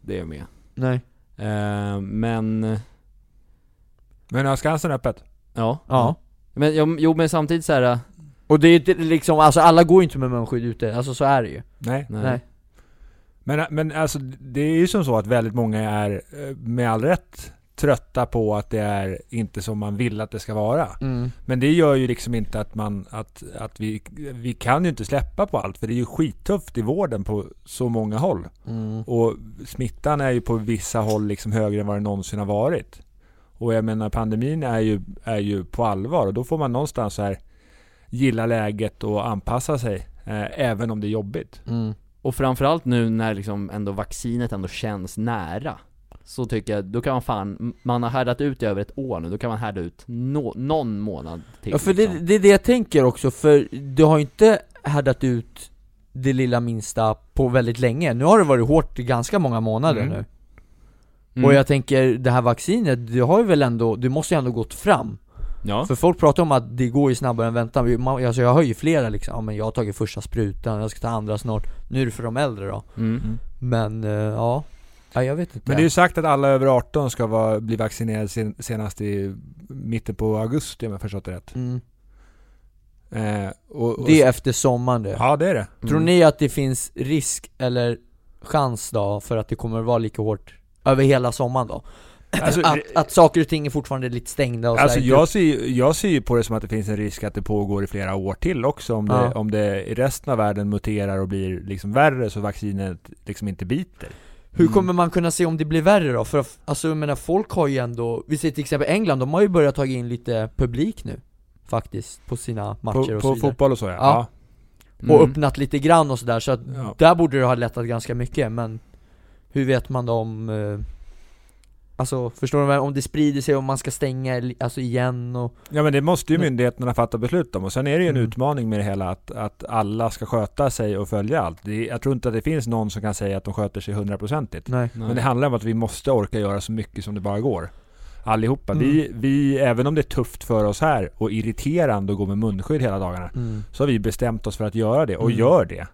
[SPEAKER 1] det med.
[SPEAKER 4] Nej
[SPEAKER 1] Eh, men,
[SPEAKER 2] Men har Skansen öppet?
[SPEAKER 1] ja.
[SPEAKER 4] Ja
[SPEAKER 1] Men jo, jo men samtidigt så här. eh,
[SPEAKER 4] Och det är inte liksom, alltså alla går ju inte med munskydd ute, alltså så är det ju
[SPEAKER 2] Nej.
[SPEAKER 1] nej.
[SPEAKER 4] Nej.
[SPEAKER 2] Men, men alltså det är ju som så att väldigt många är eh, med all rätt trötta på att det är inte som man vill att det ska vara.
[SPEAKER 4] Mm.
[SPEAKER 2] Men det gör ju liksom inte att man, att, att vi, vi kan ju inte släppa på allt för det är ju skittufft i vården på så många håll.
[SPEAKER 4] Mm.
[SPEAKER 2] Och smittan är ju på vissa håll liksom högre än vad den någonsin har varit. Och jag menar pandemin är ju, är ju på allvar och då får man någonstans så här gilla läget och anpassa sig. Eh, även om det är jobbigt.
[SPEAKER 4] Mm.
[SPEAKER 1] Och framförallt nu när liksom ändå vaccinet ändå känns nära Så tycker jag, då kan man fan, man har härdat ut i över ett år nu, då kan man härda ut nå någon månad till
[SPEAKER 4] Ja för det, det är det jag tänker också, för du har ju inte härdat ut det lilla minsta på väldigt länge, nu har det varit hårt i ganska många månader
[SPEAKER 2] Mm.
[SPEAKER 4] nu
[SPEAKER 1] Mm.
[SPEAKER 4] Och jag tänker, det här vaccinet, du har ju väl ändå, du måste ju ändå gått fram
[SPEAKER 1] Ja,
[SPEAKER 4] För folk pratar om att det går ju snabbare än väntan, Vi- man, alltså jag hör ju flera liksom, ja men jag har tagit första sprutan, jag ska ta andra snart Nu är det för de äldre då,
[SPEAKER 1] mm.
[SPEAKER 4] men eh, ja, ja jag vet inte
[SPEAKER 2] Men det är ju sagt att alla över 18 ska vara, bli vaccinerade sen, senast i mitten på augusti om jag förstått det rätt.
[SPEAKER 4] mm.
[SPEAKER 2] Eh, och, och,
[SPEAKER 4] Det är efter sommaren det
[SPEAKER 2] Ja det är det.
[SPEAKER 4] Tror ni att det finns risk eller chans då för att det kommer vara lika hårt över hela sommaren då?
[SPEAKER 2] Alltså,
[SPEAKER 4] att, att saker och ting är fortfarande lite stängda och
[SPEAKER 2] Alltså
[SPEAKER 4] sådär.
[SPEAKER 2] jag ser, ju- jag ser ju på det som att det finns en risk att det pågår i flera år till också om det,
[SPEAKER 4] Ja.
[SPEAKER 2] om det i resten av världen muterar och blir liksom värre så vaccinet liksom inte biter. Mm.
[SPEAKER 4] Hur kommer man kunna se om det blir värre då? För att- alltså jag menar folk har ju ändå, vi ser till exempel England, de har ju börjat ta in lite publik nu Faktiskt, på sina matcher
[SPEAKER 2] På,
[SPEAKER 4] och
[SPEAKER 2] på mm.
[SPEAKER 4] så vidare.
[SPEAKER 2] fotboll och så ja.
[SPEAKER 4] Ja.
[SPEAKER 2] ja.
[SPEAKER 4] Och
[SPEAKER 1] Mm.
[SPEAKER 4] öppnat lite grann och sådär, så att
[SPEAKER 2] Ja.
[SPEAKER 4] där borde det ha lättat ganska mycket men Hur vet man då om eh, Alltså förstår du vad jag- om det sprider sig, om man ska stänga li- alltså igen och
[SPEAKER 2] ja men det måste ju
[SPEAKER 4] Mm.
[SPEAKER 2] myndigheterna fatta beslut om och sen är det ju en
[SPEAKER 4] Mm.
[SPEAKER 2] utmaning med det hela att, att alla ska sköta sig och följa allt. Det, jag tror inte att det finns någon som kan säga att de sköter sig hundraprocentigt.
[SPEAKER 4] Nej
[SPEAKER 2] Men det handlar om att vi måste orka göra så mycket som det bara går. Allihopa.
[SPEAKER 4] Mm.
[SPEAKER 2] Vi, vi, även om det är tufft för oss här och irriterande att gå med munskydd hela dagarna
[SPEAKER 4] mm.
[SPEAKER 2] så har vi bestämt oss för att göra det och
[SPEAKER 4] Mm.
[SPEAKER 2] gör det.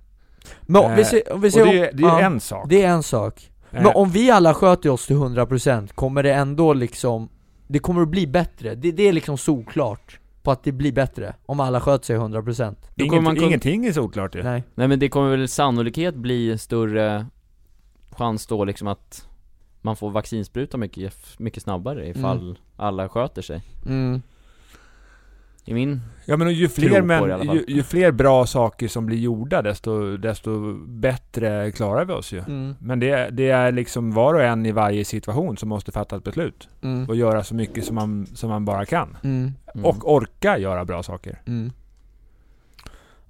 [SPEAKER 4] Men om vi
[SPEAKER 2] Eh,
[SPEAKER 4] ser, om vi
[SPEAKER 2] Och
[SPEAKER 4] ser
[SPEAKER 2] det, är- det är
[SPEAKER 4] ja,
[SPEAKER 2] en sak.
[SPEAKER 4] det är en sak Men
[SPEAKER 2] Eh,
[SPEAKER 4] om vi alla sköter oss till 100% kommer det ändå liksom Det kommer att bli bättre, det, det är liksom solklart på att det blir bättre om alla sköter sig 100%
[SPEAKER 1] Då
[SPEAKER 2] inget-
[SPEAKER 1] kommer man kun-
[SPEAKER 2] Ingenting är solklart ju.
[SPEAKER 4] Nej
[SPEAKER 1] Nej men det kommer väl sannolikhet bli större chans då liksom att man får vaccinspruta mycket, mycket snabbare ifall alla sköter sig
[SPEAKER 4] mm.
[SPEAKER 1] I min
[SPEAKER 2] Ja, men och ju,
[SPEAKER 1] Tro på
[SPEAKER 2] fler
[SPEAKER 1] det i alla
[SPEAKER 2] men,
[SPEAKER 1] fall.
[SPEAKER 2] ju, ju fler bra saker som blir gjorda desto, desto bättre klarar vi oss ju.
[SPEAKER 4] Mm.
[SPEAKER 2] Men det, är- det är liksom var och en i varje situation som måste fatta ett beslut
[SPEAKER 4] Mm.
[SPEAKER 2] och göra så mycket som man, som man bara kan.
[SPEAKER 4] Mm.
[SPEAKER 1] mm.
[SPEAKER 2] Och orka göra bra saker.
[SPEAKER 4] Mm.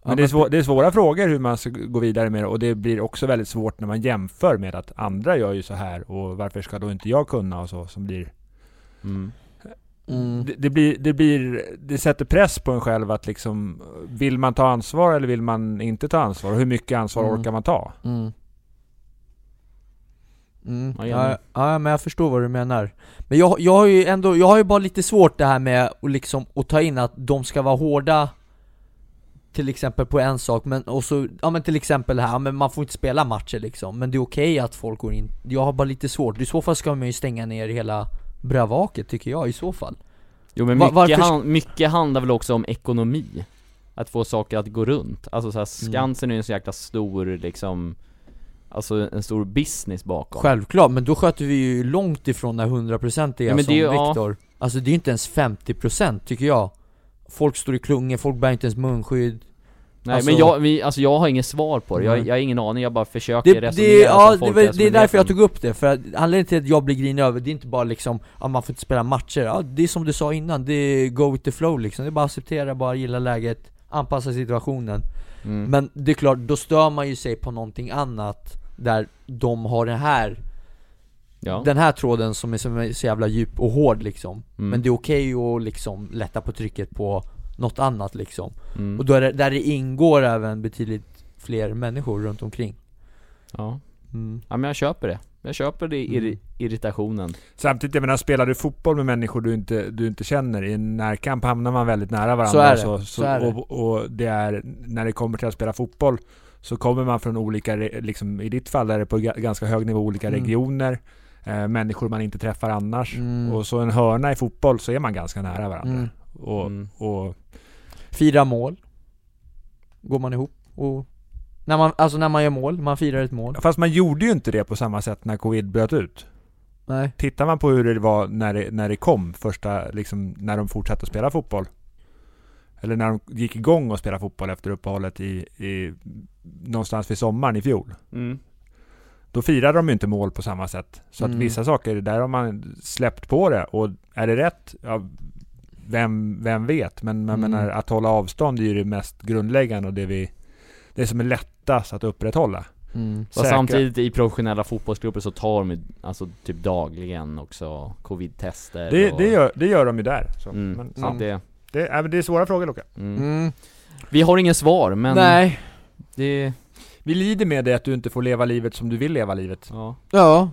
[SPEAKER 2] Men, det, är svå, det är svåra frågor hur man ska gå vidare med det och det blir också väldigt svårt när man jämför med att andra gör ju så här och varför ska då inte jag kunna och så som blir
[SPEAKER 1] mm.
[SPEAKER 4] Mm.
[SPEAKER 2] det, det, blir, det blir, det sätter press på en själv att liksom, vill man ta ansvar eller vill man inte ta ansvar? Och hur mycket ansvar
[SPEAKER 4] Mm.
[SPEAKER 2] orkar man ta?
[SPEAKER 4] Mm. Mm.
[SPEAKER 1] Ja,
[SPEAKER 4] Ja,
[SPEAKER 1] gärna.
[SPEAKER 4] ja, men jag förstår vad du menar. Men jag, jag har ju ändå, jag har ju bara lite svårt det här med att liksom att ta in att de ska vara hårda till exempel på en sak, men och så, ja men till exempel här, ja, men man får inte spela matcher liksom, men det är okej att folk går in Jag har bara lite svårt, i så fall ska man ju stänga ner hela bravaket tycker jag i så fall
[SPEAKER 1] Jo men
[SPEAKER 4] Va-
[SPEAKER 1] mycket,
[SPEAKER 4] varför-
[SPEAKER 1] han, mycket handlar väl också om ekonomi Att få saker att gå runt, alltså så här,
[SPEAKER 4] Mm.
[SPEAKER 1] Skansen är ju en så jäkla stor liksom Alltså en stor business bakom
[SPEAKER 4] Självklart, men då sköter vi ju långt ifrån när 100% är
[SPEAKER 1] Ja, men
[SPEAKER 4] som
[SPEAKER 1] det är ju- ja.
[SPEAKER 4] Viktor Alltså det är ju inte ens 50% tycker jag Folk står i klungor, folk bär inte ens munskydd
[SPEAKER 1] Nej
[SPEAKER 4] Alltså-
[SPEAKER 1] men jag, vi, alltså jag har inget svar på det, jag,
[SPEAKER 4] Nej.
[SPEAKER 1] jag har ingen aning, jag bara
[SPEAKER 4] Det,
[SPEAKER 1] försöker
[SPEAKER 4] det,
[SPEAKER 1] resonera
[SPEAKER 4] ja,
[SPEAKER 1] som
[SPEAKER 4] det,
[SPEAKER 1] folk
[SPEAKER 4] var- det är
[SPEAKER 1] resonerar.
[SPEAKER 4] därför jag tog upp det, för att anledningen till att jag blir grinig över det är inte bara liksom att man får inte spela matcher ja, Det är som du sa innan, det är go with the flow liksom, det är bara att acceptera, bara gilla läget, anpassa situationen
[SPEAKER 1] mm.
[SPEAKER 4] Men det är klart, då stör man ju sig på någonting annat där de har det här
[SPEAKER 1] ja.
[SPEAKER 4] den här tråden som är som är så jävla djup och hård liksom
[SPEAKER 1] Mm.
[SPEAKER 4] Men det är okej att liksom lätta på trycket på något annat liksom
[SPEAKER 1] mm.
[SPEAKER 4] Och då är det, där det ingår även betydligt fler människor runt omkring
[SPEAKER 1] ja.
[SPEAKER 4] mm.
[SPEAKER 1] Ja men jag köper det. Jag köper det irri-
[SPEAKER 4] Mm.
[SPEAKER 1] irritationen.
[SPEAKER 2] Samtidigt, jag menar, spelar du fotboll med människor du inte, du inte känner, i en närkamp hamnar man väldigt nära varandra.
[SPEAKER 4] Så är det.
[SPEAKER 2] och Så, så,
[SPEAKER 4] Så är det.
[SPEAKER 2] Och, och det är, när det kommer till att spela fotboll, så kommer man från olika, re- liksom, i ditt fall är det på ga- ganska hög nivå, olika
[SPEAKER 4] Mm.
[SPEAKER 2] regioner, eh, människor man inte träffar annars.
[SPEAKER 4] Mm.
[SPEAKER 2] Och så en hörna i fotboll så är man ganska nära varandra.
[SPEAKER 4] Mm.
[SPEAKER 2] Och,
[SPEAKER 1] Mm.
[SPEAKER 2] och,
[SPEAKER 4] Fira mål Går man ihop och när man, alltså när man gör mål, man firar ett mål
[SPEAKER 2] fast man gjorde ju inte det på samma sätt när covid bröt ut.
[SPEAKER 4] Nej.
[SPEAKER 2] Tittar man på hur det var när det, när det kom, första, liksom, när de fortsatte att spela fotboll. Eller när de gick igång och spela fotboll efter uppehållet i, i, någonstans vid sommaren i fjol.
[SPEAKER 1] Mm.
[SPEAKER 2] Då firade de ju inte mål på samma sätt. Så
[SPEAKER 4] Mm.
[SPEAKER 2] att vissa saker, där har man släppt på det. Och är det rätt? Ja, vem, vem vet? Men man
[SPEAKER 4] Mm.
[SPEAKER 2] menar, att hålla avstånd är ju det mest grundläggande och det, vi, det som är lättast att upprätthålla.
[SPEAKER 4] Mm.
[SPEAKER 1] Fast
[SPEAKER 2] Säkra-
[SPEAKER 1] samtidigt i professionella fotbollsklubbar så tar de ju, alltså typ dagligen också covid-tester
[SPEAKER 2] Det,
[SPEAKER 1] och,
[SPEAKER 2] det, gör, det gör de ju där. Så.
[SPEAKER 1] mm,
[SPEAKER 2] Men,
[SPEAKER 1] så
[SPEAKER 2] ja.
[SPEAKER 1] att det,
[SPEAKER 2] Det, ja, men det är svåra frågor Luka.
[SPEAKER 1] mm. Vi har inget svar men
[SPEAKER 4] Nej.
[SPEAKER 1] det,
[SPEAKER 2] Vi lider med det att du inte får leva livet som du vill leva livet.
[SPEAKER 1] ja.
[SPEAKER 4] Ja.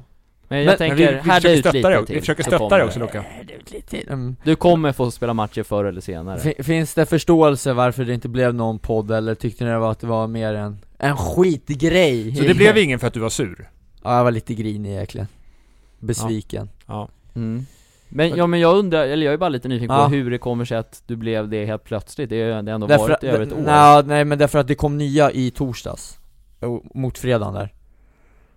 [SPEAKER 1] Men jag
[SPEAKER 4] Men-
[SPEAKER 1] tänker,
[SPEAKER 2] men vi, vi
[SPEAKER 1] härda
[SPEAKER 2] försöker
[SPEAKER 1] ut
[SPEAKER 2] stötta
[SPEAKER 1] lite
[SPEAKER 2] dig,
[SPEAKER 1] till.
[SPEAKER 2] vi försöker
[SPEAKER 1] Det
[SPEAKER 2] stötta
[SPEAKER 1] kommer.
[SPEAKER 2] dig också Luka.
[SPEAKER 4] Mm.
[SPEAKER 1] Du kommer få spela matcher förr eller senare
[SPEAKER 4] Fin- Finns det förståelse varför det inte blev någon podd eller tyckte ni det var att det var mer en, en skitgrej?
[SPEAKER 2] Så det blev ingen för att du var sur?
[SPEAKER 4] (laughs) Ja, jag var lite grinig egentligen. Besviken.
[SPEAKER 2] Ja.
[SPEAKER 1] Mm. Men, ja men jag undrar, eller jag är bara lite nyfiken
[SPEAKER 4] Ja.
[SPEAKER 1] på hur det kommer sig att du blev det helt plötsligt, det har ju ändå varit
[SPEAKER 4] att-
[SPEAKER 1] i över ett år
[SPEAKER 4] Nja, nej men därför att det kom nya i torsdags. Jo, Mot fredagen där.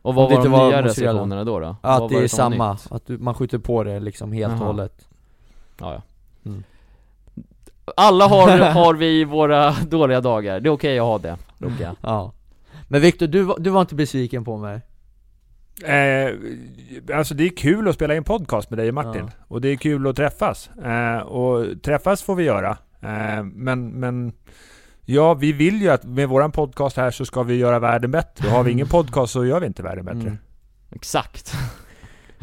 [SPEAKER 1] Och
[SPEAKER 4] om
[SPEAKER 1] vad
[SPEAKER 4] det
[SPEAKER 1] var de
[SPEAKER 4] inte var
[SPEAKER 1] nya
[SPEAKER 4] motiverade.
[SPEAKER 1] restriktionerna då då? Vad var
[SPEAKER 4] Att det är
[SPEAKER 1] som var
[SPEAKER 4] samma,
[SPEAKER 1] nytt?
[SPEAKER 4] att du, man skjuter på det liksom helt och
[SPEAKER 1] Jaha.
[SPEAKER 4] hållet.
[SPEAKER 1] Ja, ja.
[SPEAKER 4] Mm.
[SPEAKER 1] Alla
[SPEAKER 2] (laughs)
[SPEAKER 1] har, har vi våra dåliga dagar, det är okej att ha det, Luka
[SPEAKER 4] Ja. Men Viktor, du, var- du var inte besviken på mig?
[SPEAKER 2] Eh, alltså det är kul att spela in podcast med dig och Martin. Och det är kul att träffas. Eh, och träffas får vi göra. Eh, men, men ja, vi vill ju att med våran podcast här så ska vi göra världen bättre. Har
[SPEAKER 1] (laughs)
[SPEAKER 2] vi ingen podcast så gör vi inte världen bättre.
[SPEAKER 4] Mm.
[SPEAKER 1] Exakt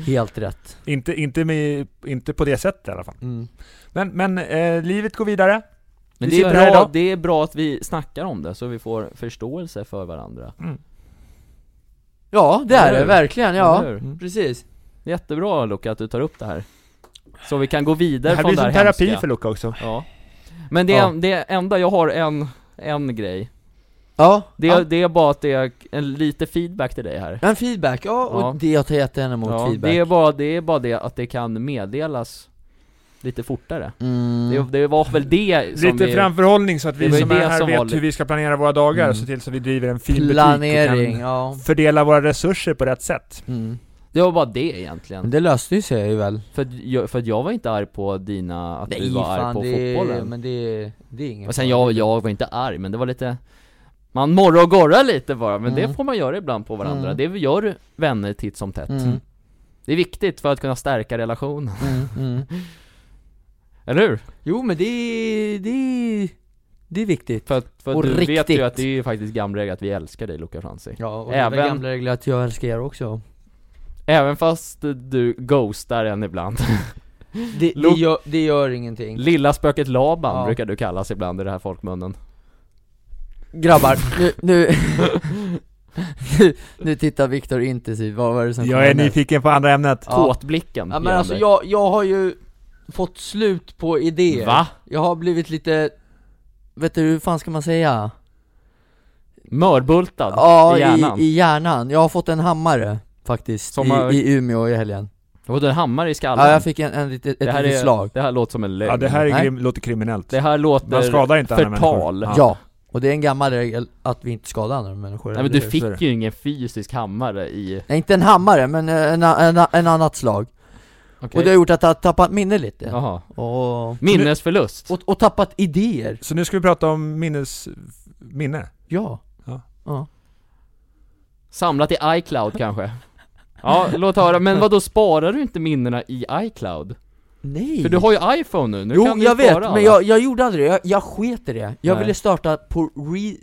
[SPEAKER 4] Helt rätt.
[SPEAKER 2] Inte, inte, med, inte på det sättet i alla fall.
[SPEAKER 4] Mm.
[SPEAKER 2] Men, men eh, livet går vidare.
[SPEAKER 1] Men det
[SPEAKER 2] Vi sitter här
[SPEAKER 1] är, bra,
[SPEAKER 2] idag.
[SPEAKER 1] det är bra att vi snackar om det, så vi får förståelse för varandra
[SPEAKER 4] Ja, det är
[SPEAKER 1] Eller
[SPEAKER 4] det
[SPEAKER 1] hur?
[SPEAKER 4] verkligen, ja.
[SPEAKER 1] Eller hur?
[SPEAKER 2] Mm.
[SPEAKER 4] Precis.
[SPEAKER 1] Jättebra Luka att du tar upp det här Så vi kan gå
[SPEAKER 2] Det
[SPEAKER 1] vidare
[SPEAKER 2] här
[SPEAKER 1] från
[SPEAKER 2] blir
[SPEAKER 1] det här
[SPEAKER 2] som terapi
[SPEAKER 1] hemska.
[SPEAKER 2] för Luca också.
[SPEAKER 1] Ja Men det,
[SPEAKER 4] Ja.
[SPEAKER 1] det enda, jag har en, en grej
[SPEAKER 4] Ja.
[SPEAKER 1] Det,
[SPEAKER 4] ja.
[SPEAKER 1] det är bara att det är en, lite feedback till dig här
[SPEAKER 4] Men feedback, ja, och
[SPEAKER 1] Ja.
[SPEAKER 4] det tar jag jättegärna emot
[SPEAKER 1] ja,
[SPEAKER 4] feedback
[SPEAKER 1] det, är bara, det är bara det att det kan meddelas lite fortare
[SPEAKER 4] mm.
[SPEAKER 1] det, det var väl det som
[SPEAKER 2] Lite
[SPEAKER 1] vi,
[SPEAKER 2] framförhållning så att
[SPEAKER 1] Det
[SPEAKER 2] vi
[SPEAKER 1] var ju
[SPEAKER 2] som är
[SPEAKER 1] det
[SPEAKER 2] här
[SPEAKER 1] som
[SPEAKER 2] vet
[SPEAKER 1] var lite-
[SPEAKER 2] hur vi ska planera våra dagar
[SPEAKER 4] Mm.
[SPEAKER 2] och se till så vi driver en fin
[SPEAKER 4] Planering,
[SPEAKER 2] butik och
[SPEAKER 4] ja
[SPEAKER 2] kan fördela våra resurser på rätt sätt.
[SPEAKER 4] mm.
[SPEAKER 1] Det var bara det
[SPEAKER 4] Men
[SPEAKER 1] egentligen
[SPEAKER 4] det löste ju sig ju väl
[SPEAKER 1] för, att jag, för att jag var inte arg på dina, att du var arg på
[SPEAKER 4] det är,
[SPEAKER 1] fotbollen
[SPEAKER 4] men det är, det är ingen
[SPEAKER 1] Och sen
[SPEAKER 4] fara.
[SPEAKER 1] jag, jag var inte arg, men det var lite Man morrar och gorrar lite bara, men
[SPEAKER 4] Mm.
[SPEAKER 1] det får man göra ibland på varandra
[SPEAKER 4] Mm.
[SPEAKER 1] Det gör vänner titt som tätt
[SPEAKER 4] mm.
[SPEAKER 1] Det är viktigt för att kunna stärka relationen,
[SPEAKER 4] Mm. Mm.
[SPEAKER 1] eller hur?
[SPEAKER 4] Jo men det är, det är, det är viktigt
[SPEAKER 1] För att, för
[SPEAKER 4] Och
[SPEAKER 1] att du vet
[SPEAKER 4] riktigt.
[SPEAKER 1] ju att det är ju faktiskt gamla att vi älskar dig Luca Franzi
[SPEAKER 4] Ja, och det
[SPEAKER 1] Även-
[SPEAKER 4] var gamla regler att jag älskar er också
[SPEAKER 1] Även fast du ghostar en ibland (laughs)
[SPEAKER 4] Det, det,
[SPEAKER 1] Look-
[SPEAKER 4] gör, det gör ingenting
[SPEAKER 1] Lilla spöket Laban
[SPEAKER 4] Ja.
[SPEAKER 1] brukar du kallas ibland i den här folkmunnen
[SPEAKER 4] Grabbar, (laughs) nu, nu, nu, nu tittar Viktor intensivt, vad var det som kom
[SPEAKER 2] Jag är
[SPEAKER 4] nu?
[SPEAKER 2] nyfiken på andra ämnet.
[SPEAKER 4] Ja.
[SPEAKER 1] Kåtblicken
[SPEAKER 4] Ja men
[SPEAKER 1] ger
[SPEAKER 4] alltså
[SPEAKER 1] dig.
[SPEAKER 4] jag, jag har ju fått slut på idéer
[SPEAKER 1] Va?
[SPEAKER 4] Jag har blivit lite, vet du hur fan ska man säga?
[SPEAKER 1] Mörbultad
[SPEAKER 4] Ja,
[SPEAKER 1] i hjärnan?
[SPEAKER 4] I, i hjärnan. Jag har fått en hammare faktiskt,
[SPEAKER 1] Som
[SPEAKER 4] i,
[SPEAKER 1] har-
[SPEAKER 4] i Umeå i helgen
[SPEAKER 1] Och du hammar i skallen?
[SPEAKER 4] Ja, jag fick en, en, litet- ett
[SPEAKER 1] det, här
[SPEAKER 4] litet
[SPEAKER 1] är,
[SPEAKER 4] slag
[SPEAKER 1] det här låter som en lögn
[SPEAKER 2] Ja, det här är
[SPEAKER 4] Nej.
[SPEAKER 2] grim, låter kriminellt.
[SPEAKER 1] Det här låter...
[SPEAKER 2] Man skadar inte andra
[SPEAKER 1] förtal.
[SPEAKER 2] människor.
[SPEAKER 4] ja. och det är en gammal regel att vi inte skadar andra människor
[SPEAKER 1] Nej men
[SPEAKER 4] eller
[SPEAKER 1] du
[SPEAKER 4] hur?
[SPEAKER 2] är det.
[SPEAKER 1] fick ju ingen fysisk hammare i...
[SPEAKER 4] Nej, inte en hammare, men eh, en, en, en, en annat slag Och det har gjort att jag har tappat minne lite
[SPEAKER 1] Jaha.
[SPEAKER 4] och,
[SPEAKER 1] Minnesförlust?
[SPEAKER 4] och, och tappat idéer,
[SPEAKER 2] Så nu ska vi prata om minnes... Minne?
[SPEAKER 4] ja
[SPEAKER 2] Ja.
[SPEAKER 4] ja.
[SPEAKER 1] Samlat i iCloud kanske? Ja, låt höra. Men vad då sparar du inte minnena i iCloud?
[SPEAKER 4] Nej!
[SPEAKER 1] För du har ju iPhone nu, nu
[SPEAKER 4] jo,
[SPEAKER 1] kan du
[SPEAKER 4] jag
[SPEAKER 1] spara
[SPEAKER 4] vet,
[SPEAKER 1] alla.
[SPEAKER 4] men jag, jag gjorde aldrig det, jag, jag sket i det Jag
[SPEAKER 1] Nej.
[SPEAKER 4] ville starta på re...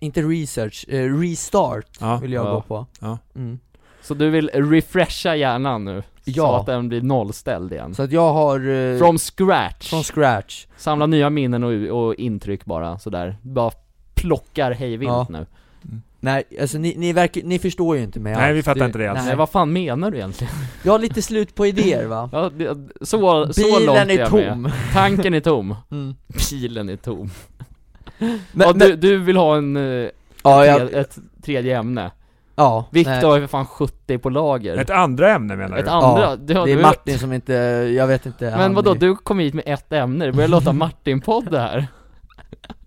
[SPEAKER 4] Inte research, eh, restart
[SPEAKER 2] Ja.
[SPEAKER 4] ville jag
[SPEAKER 1] Ja.
[SPEAKER 4] gå på
[SPEAKER 2] Ja.
[SPEAKER 4] Mm.
[SPEAKER 1] Så du vill refresha hjärnan nu? Så
[SPEAKER 4] Ja.
[SPEAKER 1] att den blir nollställd igen?
[SPEAKER 4] Så att jag har... Eh,
[SPEAKER 1] From scratch?
[SPEAKER 4] från scratch
[SPEAKER 1] Samla nya minnen och, och intryck bara, sådär. Bara plockar hejvilt
[SPEAKER 4] Ja.
[SPEAKER 1] nu.
[SPEAKER 4] Nej, alltså ni, ni, verkar, ni förstår ju inte mig
[SPEAKER 2] Nej,
[SPEAKER 4] alls.
[SPEAKER 2] vi fattar
[SPEAKER 4] Det-
[SPEAKER 2] inte det alls.
[SPEAKER 1] Nej vad fan menar du egentligen?
[SPEAKER 4] Jag har lite slut på idéer va?
[SPEAKER 1] Ja, det, så, så långt är
[SPEAKER 4] Bilen är
[SPEAKER 1] jag med.
[SPEAKER 4] tom!
[SPEAKER 1] Tanken är tom,
[SPEAKER 4] Mm.
[SPEAKER 1] bilen är tom.
[SPEAKER 4] Men,
[SPEAKER 1] ja,
[SPEAKER 4] ja,
[SPEAKER 1] du, du vill ha en, eh,
[SPEAKER 4] ja,
[SPEAKER 1] tre,
[SPEAKER 4] jag,
[SPEAKER 1] ett tredje ämne.
[SPEAKER 4] ja, nej.
[SPEAKER 1] Viktor är för fan 70 på lager.
[SPEAKER 2] Ett andra ämne menar du?
[SPEAKER 1] Ett andra,
[SPEAKER 4] Ja,
[SPEAKER 1] du, har-
[SPEAKER 4] Det
[SPEAKER 1] du,
[SPEAKER 4] är Martin som inte, jag vet inte
[SPEAKER 1] Men
[SPEAKER 4] han
[SPEAKER 1] vadå,
[SPEAKER 4] är-
[SPEAKER 1] du kom hit med ett ämne, det börjar
[SPEAKER 4] (laughs)
[SPEAKER 1] låta Martin-podd det här.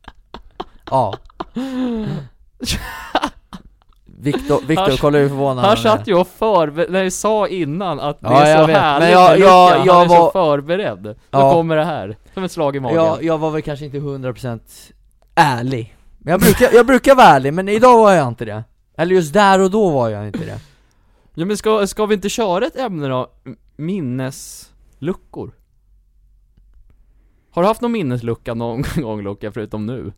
[SPEAKER 1] (laughs)
[SPEAKER 4] Ja Viktor, Viktor
[SPEAKER 1] Hörs-
[SPEAKER 4] kolla hur förvånad
[SPEAKER 1] Han
[SPEAKER 4] han är.
[SPEAKER 1] satt ju och förberedde, när jag sa innan att det
[SPEAKER 4] Ja,
[SPEAKER 1] är
[SPEAKER 4] jag
[SPEAKER 1] så
[SPEAKER 4] vet.
[SPEAKER 1] härligt
[SPEAKER 4] Men jag-
[SPEAKER 1] med
[SPEAKER 4] jag-
[SPEAKER 1] Luka,
[SPEAKER 4] jag
[SPEAKER 1] han är
[SPEAKER 4] var-
[SPEAKER 1] så förberedd. Då
[SPEAKER 4] Ja.
[SPEAKER 1] kommer det här, som ett slag i magen.
[SPEAKER 4] jag, jag var väl kanske inte 100% ärlig Men jag brukar, jag brukar vara ärlig, men idag var jag inte det Eller just där och då var jag inte det
[SPEAKER 1] Ja men ska, ska vi inte köra ett ämne då? M- Minnesluckor? Har du haft någon minneslucka någon (laughs) gång Luca, förutom nu?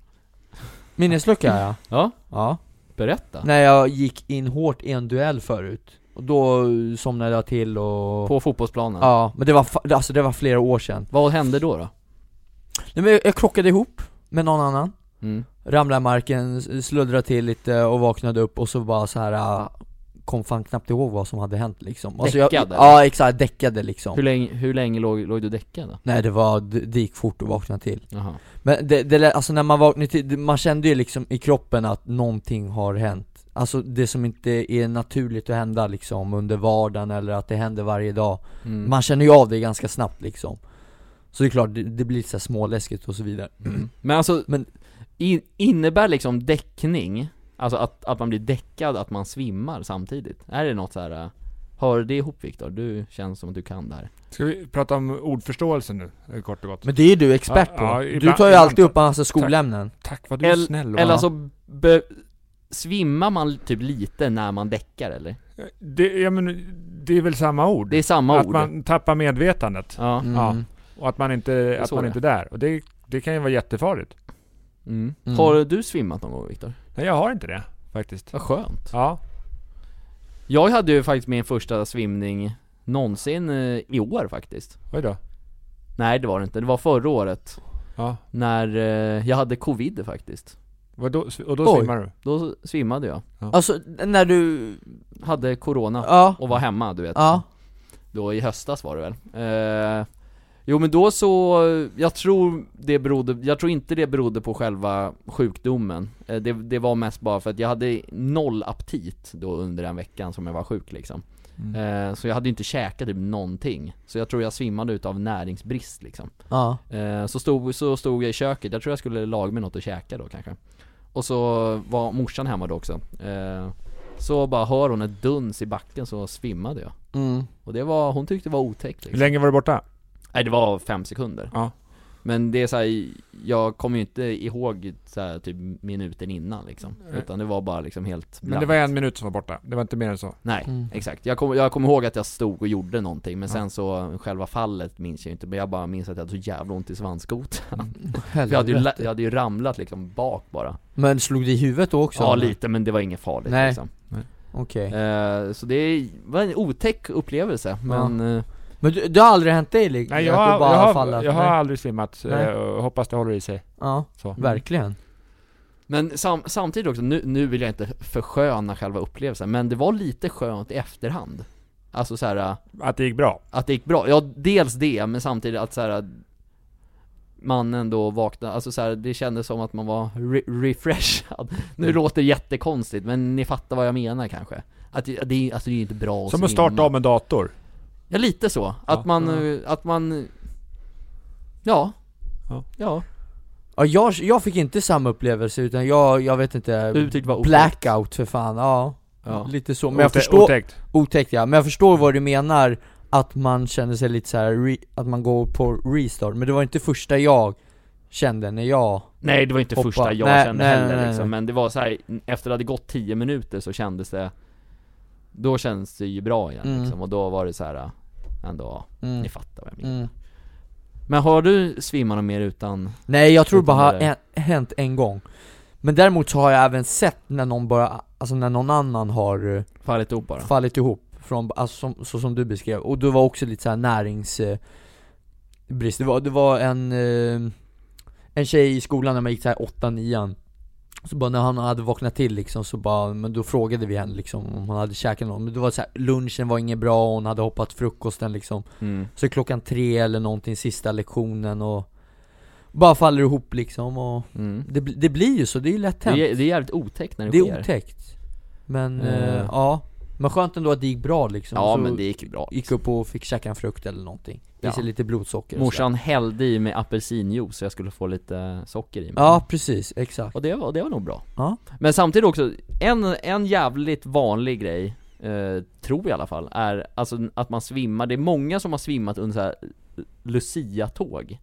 [SPEAKER 4] Minneslucka ja
[SPEAKER 1] Ja,
[SPEAKER 4] Ja
[SPEAKER 1] berätta.
[SPEAKER 4] När jag gick in hårt i en duell förut Och då somnade jag till och
[SPEAKER 1] På fotbollsplanen.
[SPEAKER 4] Ja, men det var, fa- alltså det var flera år sedan
[SPEAKER 1] Vad hände då då?
[SPEAKER 4] Nej, men jag, jag krockade ihop med någon annan
[SPEAKER 1] Mm.
[SPEAKER 4] Ramlade i marken, s- sluddrade till lite och vaknade upp och så bara så här ah, Kom fan knappt ihåg vad som hade hänt liksom jag,
[SPEAKER 1] Däckade?
[SPEAKER 4] Ja exakt, däckade liksom
[SPEAKER 1] Hur länge, hur länge låg, låg du däckad då?
[SPEAKER 4] Nej det var, d- det gick fort att vakna till
[SPEAKER 1] Jaha.
[SPEAKER 4] Men det, det lät- alltså när man vaknade till, det- man kände ju liksom i kroppen att någonting har hänt Alltså det som inte är naturligt att hända liksom under vardagen eller att det händer varje dag
[SPEAKER 1] Mm.
[SPEAKER 4] Man känner ju av det ganska snabbt liksom Så det är klart, det, det blir lite så här småläskigt och så vidare
[SPEAKER 1] Men alltså,
[SPEAKER 4] Men-
[SPEAKER 1] in, innebär liksom däckning, alltså att, att man blir däckad, att man svimmar samtidigt? Är det något så här? äh, Hör det ihop Viktor? Du känns som att du kan det här.
[SPEAKER 5] Ska vi prata om ordförståelse nu, eh, kort och gott?
[SPEAKER 4] Men det är ju du expert
[SPEAKER 5] Ja,
[SPEAKER 4] på,
[SPEAKER 5] ja,
[SPEAKER 4] du
[SPEAKER 5] ibland-
[SPEAKER 4] tar ju
[SPEAKER 5] ibland.
[SPEAKER 4] alltid upp en massa skolämnen
[SPEAKER 5] Tack vad du är
[SPEAKER 1] El-
[SPEAKER 5] snäll. va?
[SPEAKER 1] Eller alltså, be, svimmar man typ lite när man däckar eller?
[SPEAKER 5] Det, ja, men, det är väl samma ord?
[SPEAKER 1] Det är samma
[SPEAKER 5] att
[SPEAKER 1] ord?
[SPEAKER 5] man tappar medvetandet.
[SPEAKER 1] Ja.
[SPEAKER 4] mm.
[SPEAKER 5] Ja. Och att man inte, att
[SPEAKER 1] så
[SPEAKER 5] man
[SPEAKER 1] det är.
[SPEAKER 5] inte är där. Och det, det kan ju vara jättefarligt.
[SPEAKER 1] Mm.
[SPEAKER 4] Mm.
[SPEAKER 1] Har du svimmat någon gång Viktor?
[SPEAKER 5] Nej, jag har inte det faktiskt.
[SPEAKER 1] Vad skönt.
[SPEAKER 5] Ja.
[SPEAKER 1] Jag hade ju faktiskt min första svimning någonsin eh, i år faktiskt.
[SPEAKER 5] Oj då.
[SPEAKER 1] Nej det var det inte, det var förra året.
[SPEAKER 5] Ja.
[SPEAKER 1] När eh, jag hade covid faktiskt.
[SPEAKER 5] Vadå? Och då
[SPEAKER 4] Oj.
[SPEAKER 5] svimmar du?
[SPEAKER 1] Då svimmade jag.
[SPEAKER 4] Alltså när du,
[SPEAKER 1] Hade corona
[SPEAKER 4] ja,
[SPEAKER 1] och var hemma du vet.
[SPEAKER 4] ja,
[SPEAKER 1] Då i höstas var det väl. Eh, jo men då så, jag tror det berodde, jag tror inte det berodde på själva sjukdomen. Eh, det, det var mest bara för att jag hade noll aptit då under den veckan som jag var sjuk liksom. Eh, så jag hade ju inte käkat typ någonting. Så jag tror jag svimmade utav näringsbrist liksom.
[SPEAKER 4] ja,
[SPEAKER 1] Eh, så, stod, så stod jag i köket, jag tror jag skulle laga mig något att käka då kanske Och så var morsan hemma då också eh, Så bara hör hon ett duns i backen så svimmade jag
[SPEAKER 4] mm.
[SPEAKER 1] Och det var, hon tyckte det var otäckt
[SPEAKER 5] Hur
[SPEAKER 1] liksom.
[SPEAKER 5] länge var du borta?
[SPEAKER 1] Nej det var fem sekunder
[SPEAKER 5] Ja.
[SPEAKER 1] Men det är så här, jag kommer ju inte ihåg så här, typ minuten innan liksom Utan det var bara liksom helt
[SPEAKER 5] Men det
[SPEAKER 1] blankt.
[SPEAKER 5] var en minut som var borta. Det var inte mer än så.
[SPEAKER 1] Nej,
[SPEAKER 4] Mm.
[SPEAKER 1] exakt. Jag kommer jag kom ihåg att jag stod och gjorde någonting, men sen så, själva fallet minns jag inte, men jag bara minns att jag hade så jävla ont i svanskotan. För Alltså, jag, hade ju, la- jag hade ju ramlat liksom bak bara.
[SPEAKER 4] Men slog det i huvudet då också?
[SPEAKER 1] Ja lite, men det var inget farligt
[SPEAKER 4] Nej.
[SPEAKER 1] liksom.
[SPEAKER 4] Okej
[SPEAKER 1] Eh, Så det var en otäck upplevelse, men eh,
[SPEAKER 4] Men du, det har aldrig hänt dig liksom?
[SPEAKER 5] Nej, jag,
[SPEAKER 4] att
[SPEAKER 5] har,
[SPEAKER 4] du bara
[SPEAKER 5] jag, har,
[SPEAKER 4] fallit?
[SPEAKER 5] jag har
[SPEAKER 4] Nej.
[SPEAKER 5] aldrig svimmat.
[SPEAKER 4] Nej.
[SPEAKER 5] eh, och Hoppas det håller i sig.
[SPEAKER 4] Ja,
[SPEAKER 5] Så.
[SPEAKER 4] verkligen
[SPEAKER 1] Men sam, samtidigt också, nu, nu vill jag inte försköna själva upplevelsen, men det var lite skönt i efterhand Alltså så här eh,
[SPEAKER 5] Att det gick bra.
[SPEAKER 1] att det gick bra, ja dels det, men samtidigt att så här eh, Mannen då vaknade, alltså så här, det kändes som att man var re- refreshad (laughs) Nu
[SPEAKER 5] Mm.
[SPEAKER 1] låter det jättekonstigt, men ni fattar vad jag menar kanske Att det, det är- alltså det är ju inte bra
[SPEAKER 5] Som att starta
[SPEAKER 1] svimma.
[SPEAKER 5] om en dator.
[SPEAKER 1] Ja lite så, att man, eh, att man Ja
[SPEAKER 5] Ja.
[SPEAKER 1] Ja,
[SPEAKER 4] Ja, jag, jag fick inte samma upplevelse utan jag, jag vet inte
[SPEAKER 1] Du tyckte det var otäckt.
[SPEAKER 4] Blackout för fan, ja,
[SPEAKER 1] ja.
[SPEAKER 4] lite så, men jag
[SPEAKER 5] Otä-
[SPEAKER 4] förstår
[SPEAKER 5] Otäckt.
[SPEAKER 4] Otäckt ja, men jag förstår vad du menar Att man känner sig lite så här re, att man går på restart Men det var inte första jag kände när jag
[SPEAKER 1] Nej det var inte
[SPEAKER 4] Hoppa.
[SPEAKER 1] första jag
[SPEAKER 4] Nej,
[SPEAKER 1] kände
[SPEAKER 4] nej,
[SPEAKER 1] heller
[SPEAKER 4] nej, nej.
[SPEAKER 1] liksom, men det var så här efter det hade gått 10 minuter så kändes det Då kändes det ju bra igen
[SPEAKER 4] Mm.
[SPEAKER 1] liksom, och då var det så här ändå, ja,
[SPEAKER 4] mm,
[SPEAKER 1] ni fattar vad jag menar
[SPEAKER 4] mm.
[SPEAKER 1] Men har du svimmat något mer utan,
[SPEAKER 4] Nej jag tror det bara har
[SPEAKER 1] Utan det
[SPEAKER 4] en, hänt en gång Men däremot så har jag även sett när någon bara, alltså när någon annan har eh,
[SPEAKER 1] fallit ihop bara?
[SPEAKER 4] fallit ihop från, alltså, som, så som du beskrev, och du var också lite såhär närings... Eh, brist, det var, det var en, eh, en tjej i skolan när man gick såhär 8 9 så bara när han hade vaknat till liksom så bara, men då frågade vi henne liksom om hon hade käkat något, men det var såhär, lunchen var inget bra och hon hade hoppat frukosten liksom
[SPEAKER 1] Mm.
[SPEAKER 4] Så klockan tre eller någonting, sista lektionen och bara faller ihop liksom och
[SPEAKER 1] Mm.
[SPEAKER 4] det, bli- det blir ju så, det är ju lätt
[SPEAKER 1] Det,
[SPEAKER 4] hänt
[SPEAKER 1] är, det är jävligt otäckt när det,
[SPEAKER 4] det är
[SPEAKER 1] sker
[SPEAKER 4] otäckt Men,
[SPEAKER 1] Eh.
[SPEAKER 4] eh, ja Men skönt ändå att det gick bra liksom
[SPEAKER 1] Ja
[SPEAKER 4] Så
[SPEAKER 1] men det gick bra
[SPEAKER 4] Gick upp alltså. och fick käka en frukt eller någonting I
[SPEAKER 1] Ja.
[SPEAKER 4] sig lite blodsocker och sådär.
[SPEAKER 1] Morsan hällde i mig apelsinjuice så jag skulle få lite socker i mig
[SPEAKER 4] Ja precis, exakt
[SPEAKER 1] Och det var, det var nog bra
[SPEAKER 4] Ja.
[SPEAKER 1] Men samtidigt också, en, en jävligt vanlig grej, eh, tror jag i alla fall, är alltså att man svimmar, det är många som har svimmat under så här eh, Lucia-tåg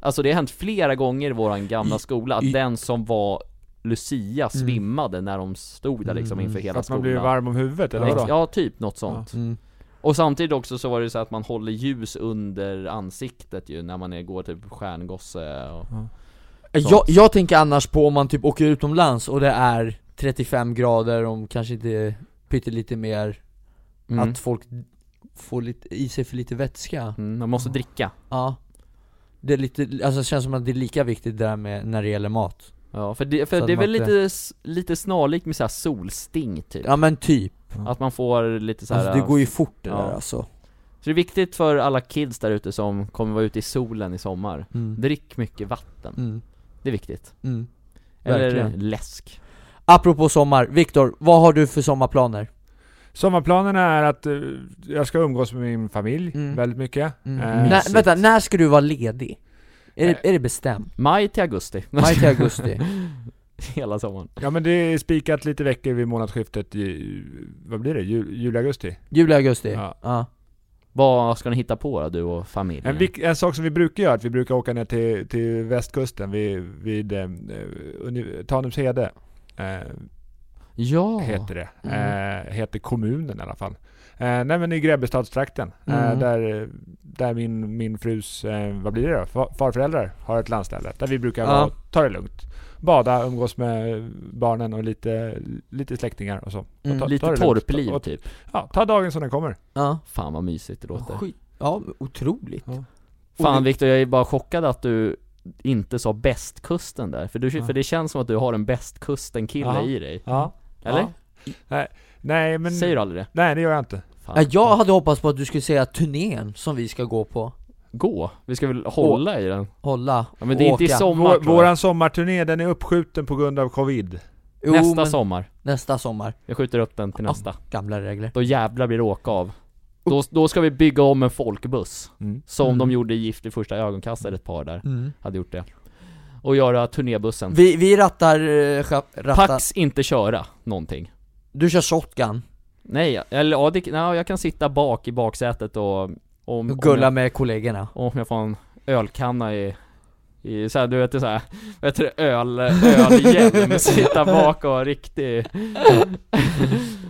[SPEAKER 1] Alltså det har hänt flera gånger i våran gamla
[SPEAKER 4] I-
[SPEAKER 1] skola, att
[SPEAKER 4] i-
[SPEAKER 1] den som var Lucia
[SPEAKER 4] Mm.
[SPEAKER 1] svimmade när de stod där liksom
[SPEAKER 4] Mm.
[SPEAKER 1] inför
[SPEAKER 5] För
[SPEAKER 1] hela
[SPEAKER 5] att man
[SPEAKER 1] skolan
[SPEAKER 5] blir varm om huvudet eller
[SPEAKER 1] Ex-
[SPEAKER 5] vadå?
[SPEAKER 1] Ja, typ något sånt
[SPEAKER 4] mm.
[SPEAKER 1] Och samtidigt också så var det så att man håller ljus under ansiktet ju när man är, går typ stjärngosse och Sånt.
[SPEAKER 4] Eh, jag, jag tänker annars på om man typ åker utomlands och det är 35 grader om kanske inte pyttelite mer
[SPEAKER 1] mm.
[SPEAKER 4] Att folk får lite, i sig för lite vätska
[SPEAKER 1] Mm, man måste dricka
[SPEAKER 4] Ja Det är lite, alltså det känns som att det är lika viktigt där med, när det gäller mat
[SPEAKER 1] Ja, för det, för
[SPEAKER 4] Så
[SPEAKER 1] det är
[SPEAKER 4] att man
[SPEAKER 1] väl
[SPEAKER 4] inte-
[SPEAKER 1] lite, s- lite snarlikt med så här solsting typ?
[SPEAKER 4] Ja men typ,
[SPEAKER 1] Att man får lite så här,
[SPEAKER 4] alltså det går ju fort det
[SPEAKER 1] ja.
[SPEAKER 4] där alltså
[SPEAKER 1] Så det är viktigt för alla kids där ute som kommer vara ute i solen i sommar
[SPEAKER 4] mm.
[SPEAKER 1] Drick mycket vatten,
[SPEAKER 4] Mm.
[SPEAKER 1] det är viktigt
[SPEAKER 4] Mm.
[SPEAKER 1] Eller
[SPEAKER 4] Verkligen.
[SPEAKER 1] läsk
[SPEAKER 4] Apropå sommar, Viktor, vad har du för sommarplaner?
[SPEAKER 5] Sommarplanerna är att eh, jag ska umgås med min familj
[SPEAKER 4] Mm.
[SPEAKER 5] väldigt mycket. Eh,
[SPEAKER 4] När, vänta, när ska du vara ledig? Är
[SPEAKER 1] Eh.
[SPEAKER 4] det, är det bestämt?
[SPEAKER 1] Maj till augusti,
[SPEAKER 4] Maj till augusti?
[SPEAKER 1] (laughs) hela sommaren
[SPEAKER 5] Ja men det är spikat lite veckor vid månadsskiftet, i, vad blir det? Jul, juli, augusti?
[SPEAKER 4] Juli, augusti? Ja,
[SPEAKER 5] Ja.
[SPEAKER 1] Vad ska ni hitta på då, du och familjen?
[SPEAKER 4] Mm.
[SPEAKER 5] En, vik- en sak som vi brukar göra, är att vi brukar åka ner till, till västkusten vid, vid eh, uni- Tanumshede. Eh,
[SPEAKER 1] Ja!
[SPEAKER 5] heter det.
[SPEAKER 4] Mm.
[SPEAKER 5] Eh, heter kommunen i alla fall. Eh, nej men i Grebbestadstrakten.
[SPEAKER 4] Mm.
[SPEAKER 5] Eh, där där min, min frus, eh, vad blir det då? Fa- Farföräldrar har ett landställe. Där vi brukar
[SPEAKER 4] Ja.
[SPEAKER 5] vara och ta det lugnt. Bada, umgås med barnen och lite, lite släktingar och så. Och
[SPEAKER 4] Mm,
[SPEAKER 5] ta- ta
[SPEAKER 1] Lite
[SPEAKER 5] det lugnt.
[SPEAKER 1] torpliv
[SPEAKER 5] Ta- och-
[SPEAKER 1] typ
[SPEAKER 5] Ja, ta dagen som den kommer.
[SPEAKER 4] ja,
[SPEAKER 1] Fan vad mysigt det låter
[SPEAKER 4] skit, ja otroligt
[SPEAKER 1] Fan Viktor, jag är bara chockad att du inte sa bästkusten där, för, du, för det känns som att du har en bästkusten-kille
[SPEAKER 5] Ja.
[SPEAKER 1] i dig
[SPEAKER 5] Ja.
[SPEAKER 1] Eller?
[SPEAKER 5] Ja. Nej, nej men...
[SPEAKER 1] Säger du aldrig det?
[SPEAKER 5] Nej det gör jag inte.
[SPEAKER 1] Fan.
[SPEAKER 4] Ja, jag hade hoppats på att du skulle säga turnén som vi ska gå på,
[SPEAKER 1] Gå, vi ska väl hålla i den?
[SPEAKER 4] hålla,
[SPEAKER 1] Ja, men det är inte i
[SPEAKER 4] åka.
[SPEAKER 1] sommar
[SPEAKER 5] Vår,
[SPEAKER 1] tror jag.
[SPEAKER 5] våran sommarturné den är uppskjuten på grund av covid.
[SPEAKER 4] Jo,
[SPEAKER 1] Nästa
[SPEAKER 4] men-
[SPEAKER 1] sommar,
[SPEAKER 4] Nästa sommar,
[SPEAKER 1] jag skjuter upp den till
[SPEAKER 4] Ja.
[SPEAKER 1] nästa
[SPEAKER 4] gamla regler
[SPEAKER 1] Då jävlar blir det åka av då, då ska vi bygga om en folkbuss
[SPEAKER 5] Mm.
[SPEAKER 1] Som
[SPEAKER 4] Mm.
[SPEAKER 1] de gjorde i Gift i första ögonkastet, ett par där,
[SPEAKER 4] mm.
[SPEAKER 1] hade gjort det Och göra turnébussen
[SPEAKER 4] vi, vi rattar, eh, scha- rattar
[SPEAKER 1] Pax inte köra någonting
[SPEAKER 4] Du kör shotgun,
[SPEAKER 1] Nej, eller ja, det, nej, jag kan sitta bak i baksätet och om, om,
[SPEAKER 4] och gulla
[SPEAKER 1] jag,
[SPEAKER 4] med kollegorna
[SPEAKER 1] om jag får en ölkanna i i såhär, du vet det såhär, vad heter det, öl, (laughs) ölhjälm, sitta bak och ha riktig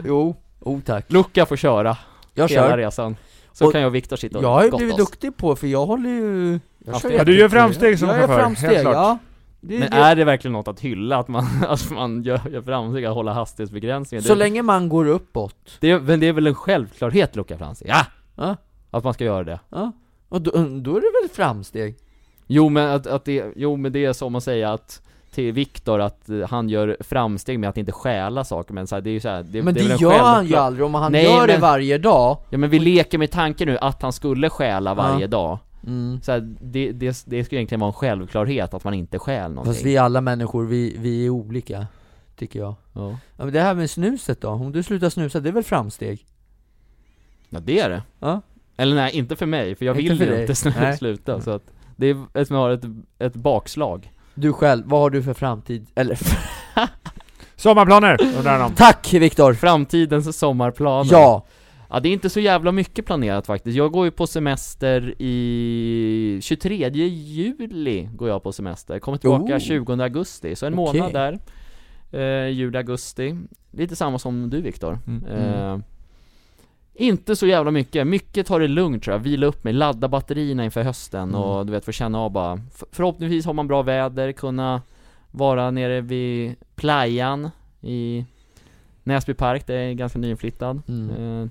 [SPEAKER 4] Jo, oh tack
[SPEAKER 1] Luca får köra
[SPEAKER 4] Jag
[SPEAKER 1] hela
[SPEAKER 4] kör
[SPEAKER 1] resan Så
[SPEAKER 4] Och-
[SPEAKER 1] kan jag och Viktor sitta och
[SPEAKER 4] Jag har ju
[SPEAKER 1] gotta
[SPEAKER 4] blivit
[SPEAKER 1] oss.
[SPEAKER 4] duktig på, för jag håller ju jag
[SPEAKER 1] Ja,
[SPEAKER 4] kör
[SPEAKER 1] du
[SPEAKER 4] jättemycket.
[SPEAKER 5] gör framsteg som
[SPEAKER 4] jag
[SPEAKER 5] chaufför,
[SPEAKER 4] gör
[SPEAKER 5] helt
[SPEAKER 4] framsteg,
[SPEAKER 5] klart.
[SPEAKER 4] ja det,
[SPEAKER 1] Men
[SPEAKER 4] det.
[SPEAKER 1] är det verkligen något att hylla att man, (laughs) att man gör, gör framsteg att hålla hastighetsbegränsningen?
[SPEAKER 4] Så
[SPEAKER 1] det,
[SPEAKER 4] länge man går uppåt,
[SPEAKER 1] det, är- men det är väl en självklarhet Luca Fransson? Ja!
[SPEAKER 4] Ja.
[SPEAKER 1] Att man ska göra det
[SPEAKER 4] ja och då, då är det väl framsteg?
[SPEAKER 1] Jo men att, att det, jo men det är som att säga att till Viktor att eh, han gör framsteg med att inte stjäla saker men så här, det är ju så här, det,
[SPEAKER 4] Men det,
[SPEAKER 1] är väl en
[SPEAKER 4] gör han ju
[SPEAKER 1] självklar-
[SPEAKER 4] aldrig, om han
[SPEAKER 1] Nej,
[SPEAKER 4] gör det
[SPEAKER 1] men-
[SPEAKER 4] varje dag
[SPEAKER 1] Ja men vi leker med tanken nu att han skulle stjäla varje dag
[SPEAKER 4] mm.
[SPEAKER 1] så här, det, det, det skulle egentligen vara en självklarhet att man inte stjäl någonting
[SPEAKER 4] Fast vi är alla människor, vi, vi är olika, tycker jag
[SPEAKER 1] ja.
[SPEAKER 4] ja, men Det här med snuset då, om du slutar snusa, det är väl framsteg?
[SPEAKER 1] ja det är det
[SPEAKER 4] Ja.
[SPEAKER 1] Eller nej, inte för mig, för jag
[SPEAKER 4] Inte
[SPEAKER 1] vill
[SPEAKER 4] för
[SPEAKER 1] ju
[SPEAKER 4] dig.
[SPEAKER 1] inte snu-
[SPEAKER 4] Nej.
[SPEAKER 1] sluta så att Det är ett, man har ett, ett bakslag
[SPEAKER 4] Du själv, vad har du för framtid? Eller, (laughs)
[SPEAKER 5] Sommarplaner undrar han om.
[SPEAKER 4] tack Viktor!
[SPEAKER 1] Framtidens sommarplaner
[SPEAKER 4] Ja!
[SPEAKER 1] Ja det är inte så jävla mycket planerat faktiskt, jag går ju på semester i 23 juli går jag på semester, kommer tillbaka
[SPEAKER 4] Oh.
[SPEAKER 1] 20 augusti, så en
[SPEAKER 4] Okej.
[SPEAKER 1] månad där eh, Juli, augusti, lite samma som du Viktor
[SPEAKER 5] Mm.
[SPEAKER 1] eh, Inte så jävla mycket, mycket tar det lugnt tror jag, vila upp mig, ladda batterierna inför hösten
[SPEAKER 4] Mm.
[SPEAKER 1] och du vet få känna av bara F- Förhoppningsvis har man bra väder, kunna vara nere vid playan i Näsby park, det är ganska nyinflyttad
[SPEAKER 4] Mm.
[SPEAKER 1] Eh,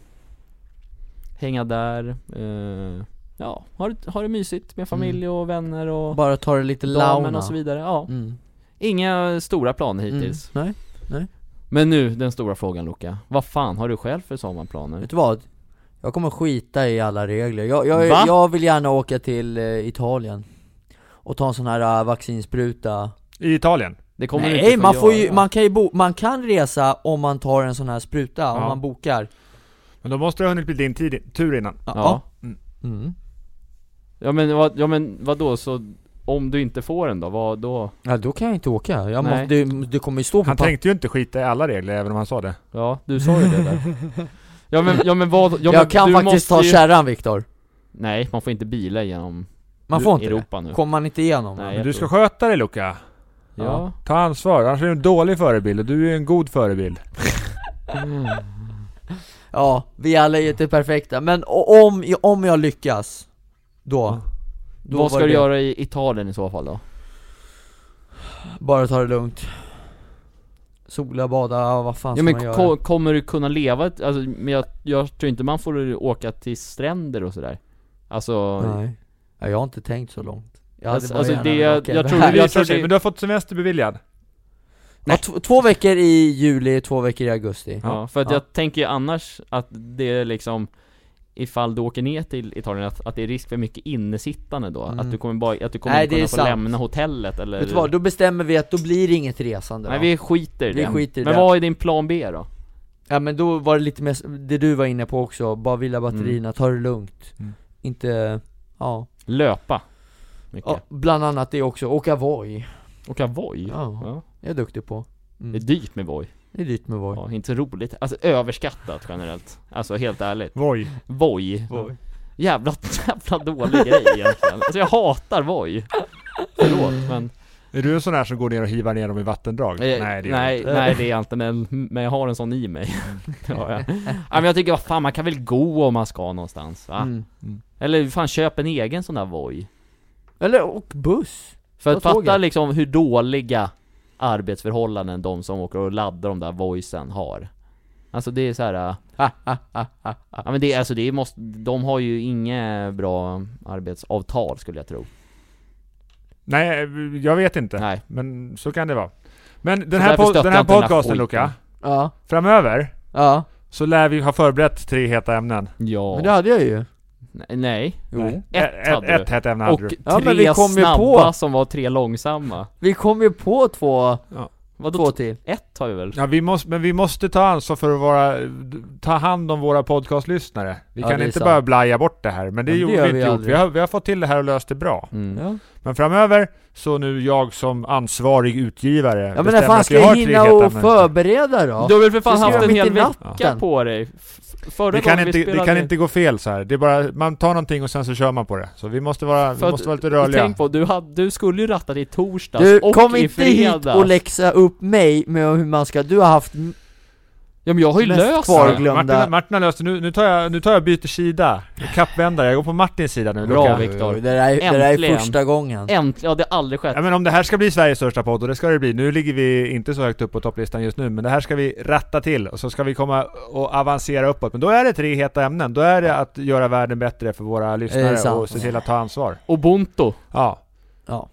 [SPEAKER 1] Hänga där, eh, ja, ha det, ha det mysigt med familj och vänner och
[SPEAKER 4] Mm. Bara ta det lite
[SPEAKER 1] damen
[SPEAKER 4] launa
[SPEAKER 1] och så vidare, ja
[SPEAKER 4] Mm.
[SPEAKER 1] Inga stora planer hittills
[SPEAKER 4] Mm. Nej,
[SPEAKER 1] Men nu, den stora frågan Luca, vad fan har du själv för sommarplaner?
[SPEAKER 4] vet du vad? Jag kommer skita i alla regler, jag, jag,
[SPEAKER 1] Va?
[SPEAKER 4] jag vill gärna åka till eh, Italien och ta en sån här eh, vaccinspruta
[SPEAKER 5] I Italien.
[SPEAKER 1] Det kommer du
[SPEAKER 4] Nej,
[SPEAKER 1] inte få
[SPEAKER 4] man, får ju,
[SPEAKER 1] göra.
[SPEAKER 4] man, kan ju bo, man kan resa om man tar en sån här spruta, om
[SPEAKER 2] Ja.
[SPEAKER 4] man bokar
[SPEAKER 2] Men då måste det ha hunnit bli din tid, tur innan.
[SPEAKER 1] Ja.
[SPEAKER 4] Mm.
[SPEAKER 1] Ja men, vad, ja men vadå, så om du inte får den då, vad då?
[SPEAKER 4] Ja då kan jag inte åka, jag
[SPEAKER 1] Nej.
[SPEAKER 4] måste, du, du kommer ju stå på
[SPEAKER 2] Han
[SPEAKER 4] pa-
[SPEAKER 2] tänkte ju inte skita i alla regler, även om han sa det.
[SPEAKER 1] Ja, du sa ju det
[SPEAKER 4] (laughs)
[SPEAKER 1] där Ja men, ja men vad, ja, men
[SPEAKER 4] Jag kan
[SPEAKER 1] du måste
[SPEAKER 4] faktiskt ta
[SPEAKER 1] ju...
[SPEAKER 4] kärran Viktor,
[SPEAKER 1] Nej, man får inte bila genom
[SPEAKER 4] man får inte
[SPEAKER 1] Europa nu
[SPEAKER 4] det, kommer man inte igenom
[SPEAKER 1] Nej,
[SPEAKER 4] Nej.
[SPEAKER 1] jag
[SPEAKER 2] Men du ska
[SPEAKER 1] tror-
[SPEAKER 2] sköta dig Luca.
[SPEAKER 1] Ja,
[SPEAKER 2] Ta ansvar, annars är du en dålig förebild och du är en
[SPEAKER 1] (laughs)
[SPEAKER 2] god förebild.
[SPEAKER 4] Ja, vi alla är ju inte perfekta, men o- om, om jag lyckas, då, då
[SPEAKER 1] vad
[SPEAKER 4] var
[SPEAKER 1] ska
[SPEAKER 4] det
[SPEAKER 1] du
[SPEAKER 4] det.
[SPEAKER 1] göra i Italien i så fall då?
[SPEAKER 4] Bara ta det lugnt Sola, bada, ja, vad fan
[SPEAKER 1] Ja
[SPEAKER 4] ska
[SPEAKER 1] men
[SPEAKER 4] man göra?
[SPEAKER 1] ko- kommer du kunna leva ett, alltså, men jag, jag tror inte man får åka till stränder och sådär Alltså,
[SPEAKER 4] Nej, ja, jag har inte tänkt så långt jag hade
[SPEAKER 1] Alltså-
[SPEAKER 4] bara
[SPEAKER 1] alltså
[SPEAKER 4] gärna
[SPEAKER 1] det-
[SPEAKER 4] velat åka
[SPEAKER 1] jag
[SPEAKER 4] iväg.
[SPEAKER 1] tror
[SPEAKER 2] Det
[SPEAKER 1] jag
[SPEAKER 2] visar
[SPEAKER 1] tror
[SPEAKER 2] sig,
[SPEAKER 1] det-
[SPEAKER 2] men du har fått semester beviljad.
[SPEAKER 4] ja, t- Två veckor i juli, två veckor i augusti
[SPEAKER 1] Ja, för att
[SPEAKER 4] Ja.
[SPEAKER 1] jag tänker ju annars att det är liksom Ifall du åker ner till Italien, att, att det är risk för mycket innesittande då?
[SPEAKER 4] Mm.
[SPEAKER 1] Att du kommer bara, att du kommer
[SPEAKER 4] Nej,
[SPEAKER 1] inte
[SPEAKER 4] det är
[SPEAKER 1] kunna få
[SPEAKER 4] sant.
[SPEAKER 1] lämna hotellet eller?
[SPEAKER 4] Vet du vad, då bestämmer vi att då blir det inget resande
[SPEAKER 1] Nej
[SPEAKER 4] va?
[SPEAKER 1] vi skiter i
[SPEAKER 4] Vi
[SPEAKER 1] det
[SPEAKER 4] skiter i
[SPEAKER 1] Men
[SPEAKER 4] det.
[SPEAKER 1] vad är din plan B då?
[SPEAKER 4] Ja men då var det lite mer, s- det du var inne på också, bara vila
[SPEAKER 1] Mm.
[SPEAKER 4] batterierna, ta det lugnt
[SPEAKER 2] Mm.
[SPEAKER 4] Inte, ja,
[SPEAKER 1] Löpa? Mycket?
[SPEAKER 4] ja bland annat det också, åka Voi
[SPEAKER 1] Åka Voi?
[SPEAKER 4] Ja. Jag är duktig på
[SPEAKER 1] Det är
[SPEAKER 4] mm.
[SPEAKER 1] dyrt med Voi
[SPEAKER 4] Det är dyrt med Voi
[SPEAKER 1] Ja, inte så roligt. Alltså överskattat generellt. Alltså helt ärligt.
[SPEAKER 2] Voj.
[SPEAKER 1] Voi. Jävla, (laughs) jävla dålig grej egentligen. Alltså jag hatar Voi. Förlåt men,
[SPEAKER 2] Är du en sån här som går ner och hivar ner dem i vattendrag?
[SPEAKER 1] nej,
[SPEAKER 2] nej, det är
[SPEAKER 1] Eh, nej,
[SPEAKER 4] inte. Mm.
[SPEAKER 1] nej det är jag inte men, men jag har en sån i mig. (laughs) Det har jag. Ja, men jag tycker vad fan man kan väl gå om man ska någonstans va?
[SPEAKER 4] Mm.
[SPEAKER 1] Eller fan köp en egen sån där Voi.
[SPEAKER 4] Eller åk buss!
[SPEAKER 1] För
[SPEAKER 4] Ta
[SPEAKER 1] att fatta
[SPEAKER 4] tåget.
[SPEAKER 1] liksom hur dåliga arbetsförhållanden de som åker och laddar de där voicen har. Alltså det är så här. äh, ja men det, alltså det måste, de har ju inga bra arbetsavtal skulle jag tro.
[SPEAKER 2] Nej, eh, jag vet inte.
[SPEAKER 1] Nej.
[SPEAKER 2] Men så kan det vara. Men den,
[SPEAKER 1] Så
[SPEAKER 2] här,
[SPEAKER 1] därför
[SPEAKER 2] pod-
[SPEAKER 1] stöttar
[SPEAKER 2] den här
[SPEAKER 1] jag inte den här
[SPEAKER 2] podcasten
[SPEAKER 1] skiten.
[SPEAKER 2] Luca,
[SPEAKER 4] Ja,
[SPEAKER 2] framöver
[SPEAKER 4] ja,
[SPEAKER 2] så lär vi ha förberett tre heta ämnen.
[SPEAKER 1] Ja.
[SPEAKER 4] men det hade jag ju
[SPEAKER 1] Nej, nej.
[SPEAKER 4] Jo.
[SPEAKER 2] Nej.
[SPEAKER 1] Ett
[SPEAKER 2] ett,
[SPEAKER 1] hade
[SPEAKER 2] ett, ett hett ämne
[SPEAKER 1] Och
[SPEAKER 2] hade du.
[SPEAKER 1] tre
[SPEAKER 4] Ja, men vi kom ju
[SPEAKER 1] snabba
[SPEAKER 4] på.
[SPEAKER 1] som var tre långsamma.
[SPEAKER 4] Vi kom ju på två,
[SPEAKER 1] Vadå?
[SPEAKER 4] två till
[SPEAKER 1] Ett har vi väl?
[SPEAKER 2] Ja, vi måste, men vi måste ta ansvar för att vara, ta hand om våra podcastlyssnare. Vi
[SPEAKER 4] Ja,
[SPEAKER 2] kan
[SPEAKER 4] det är
[SPEAKER 2] inte
[SPEAKER 4] sant.
[SPEAKER 2] bara blaja bort det här, men det
[SPEAKER 4] Ja,
[SPEAKER 2] gjorde
[SPEAKER 4] det gör
[SPEAKER 2] vi inte
[SPEAKER 4] vi
[SPEAKER 2] gjort.
[SPEAKER 4] aldrig.
[SPEAKER 2] Vi har, vi har fått till det här och löst det bra.
[SPEAKER 1] Mm.
[SPEAKER 4] Ja,
[SPEAKER 2] Men framöver, så nu jag som ansvarig utgivare
[SPEAKER 4] ja men när
[SPEAKER 2] bestämmer
[SPEAKER 4] fan
[SPEAKER 2] att
[SPEAKER 4] ska
[SPEAKER 2] vi har
[SPEAKER 4] jag
[SPEAKER 2] tre
[SPEAKER 4] hinna
[SPEAKER 2] heta
[SPEAKER 4] och
[SPEAKER 2] ämnen.
[SPEAKER 4] förbereda då?
[SPEAKER 1] Du har väl för fan
[SPEAKER 4] ska
[SPEAKER 1] haft
[SPEAKER 4] jag
[SPEAKER 1] en
[SPEAKER 4] mitt i
[SPEAKER 1] hel vecka
[SPEAKER 4] natten.
[SPEAKER 1] på dig? F- f- Förra
[SPEAKER 2] Det kan,
[SPEAKER 1] gången
[SPEAKER 2] inte,
[SPEAKER 1] vi
[SPEAKER 2] det
[SPEAKER 1] spelade
[SPEAKER 2] kan inte gå fel så här. Det är bara, man tar någonting och sen så kör man på det. Så vi måste vara, vi
[SPEAKER 1] För att-
[SPEAKER 2] måste vara lite rörliga.
[SPEAKER 1] Tänk på, du, hade, du skulle ju ratta i torsdags
[SPEAKER 4] Du,
[SPEAKER 1] och
[SPEAKER 4] kom
[SPEAKER 1] i
[SPEAKER 4] inte hit
[SPEAKER 1] fredags.
[SPEAKER 4] och läxa upp mig med hur man ska, du har haft
[SPEAKER 1] Ja men jag har ju
[SPEAKER 4] Mest
[SPEAKER 1] löst
[SPEAKER 4] kvar.
[SPEAKER 1] det!
[SPEAKER 2] Ja, Martin,
[SPEAKER 4] glömda-
[SPEAKER 2] Martin har löst det. Nu, nu, tar jag, nu tar jag byter sida. Kappvändare. Jag går på Martins sida nu.
[SPEAKER 1] Bra,
[SPEAKER 2] Luca.
[SPEAKER 1] Viktor.
[SPEAKER 4] Det där, är- det där är
[SPEAKER 1] Äntligen.
[SPEAKER 4] första gången
[SPEAKER 1] Äntligen, ja det har aldrig skett.
[SPEAKER 2] Ja, men om det här ska bli Sveriges största podd, och det ska det bli. Nu ligger vi inte så högt upp på topplistan just nu, men det här ska vi ratta till. Och så ska vi komma och avancera uppåt. Men då är det tre heta ämnen. Då är det att göra världen bättre för våra lyssnare
[SPEAKER 4] sant.
[SPEAKER 2] och se till att ta ansvar.
[SPEAKER 1] Ubuntu.
[SPEAKER 2] Ja.
[SPEAKER 4] Ja,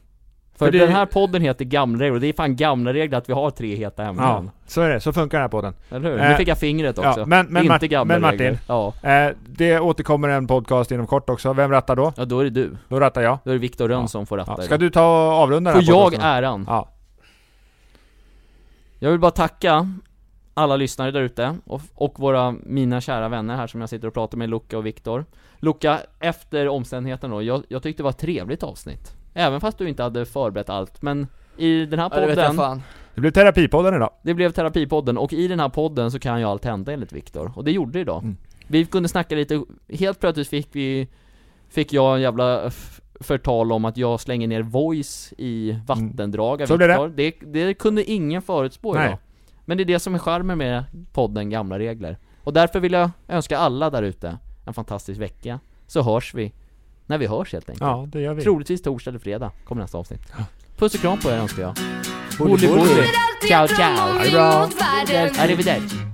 [SPEAKER 1] För,
[SPEAKER 2] För det-
[SPEAKER 1] den här podden heter Gamla regler, och det är fan gamla regler att vi har tre heta
[SPEAKER 2] ja,
[SPEAKER 1] ämnen.
[SPEAKER 2] så är det. Så funkar den här podden.
[SPEAKER 1] Eller hur?
[SPEAKER 2] Eh,
[SPEAKER 1] nu fick jag fingret också.
[SPEAKER 2] Ja, men, men,
[SPEAKER 1] inte
[SPEAKER 2] Martin,
[SPEAKER 1] gamla
[SPEAKER 2] men Martin,
[SPEAKER 1] regler. Ja.
[SPEAKER 2] eh, det återkommer en podcast inom kort också. Vem rattar då?
[SPEAKER 1] ja, då är det du.
[SPEAKER 2] Då rattar jag.
[SPEAKER 1] Då är det Viktor Rönn
[SPEAKER 2] Ja.
[SPEAKER 1] som får ratta
[SPEAKER 2] Ja.
[SPEAKER 1] idag.
[SPEAKER 2] Ska du ta och avrunda den
[SPEAKER 1] Får
[SPEAKER 2] här
[SPEAKER 1] jag
[SPEAKER 2] podcasten?
[SPEAKER 1] äran?
[SPEAKER 2] Ja.
[SPEAKER 1] Jag vill bara tacka alla lyssnare där ute och, och våra, mina kära vänner här som jag sitter och pratar med, Luca och Viktor. Luca, efter omständigheterna då, jag, jag tyckte det var ett trevligt avsnitt. Även fast du inte hade förberett allt, men i den här
[SPEAKER 4] ja det vet jag
[SPEAKER 1] podden,
[SPEAKER 4] fan
[SPEAKER 2] Det blev terapipodden idag.
[SPEAKER 1] det blev terapipodden och i den här podden så kan ju allt hända enligt Viktor. Och det gjorde det idag.
[SPEAKER 2] Mm.
[SPEAKER 1] Vi kunde snacka lite, helt plötsligt fick vi, fick jag en jävla f- förtal om att jag slänger ner voice i vattendrag av
[SPEAKER 2] Mm. Så blev det.
[SPEAKER 1] Viktor. Det. det kunde ingen förutspå
[SPEAKER 2] Nej.
[SPEAKER 1] idag. Men det är det som är charmen med podden Gamla Regler. Och därför vill jag önska alla där ute en fantastisk vecka. Så hörs vi, när vi hörs helt enkelt.
[SPEAKER 2] Ja, det gör vi.
[SPEAKER 1] Troligtvis torsdag eller fredag kommer nästa avsnitt. Puss och kram på er önskar jag.
[SPEAKER 4] Bully, bully.
[SPEAKER 1] Ciao ciao!
[SPEAKER 3] Ciao ciao!
[SPEAKER 1] Arrivederci!
[SPEAKER 3] Ah, Ah,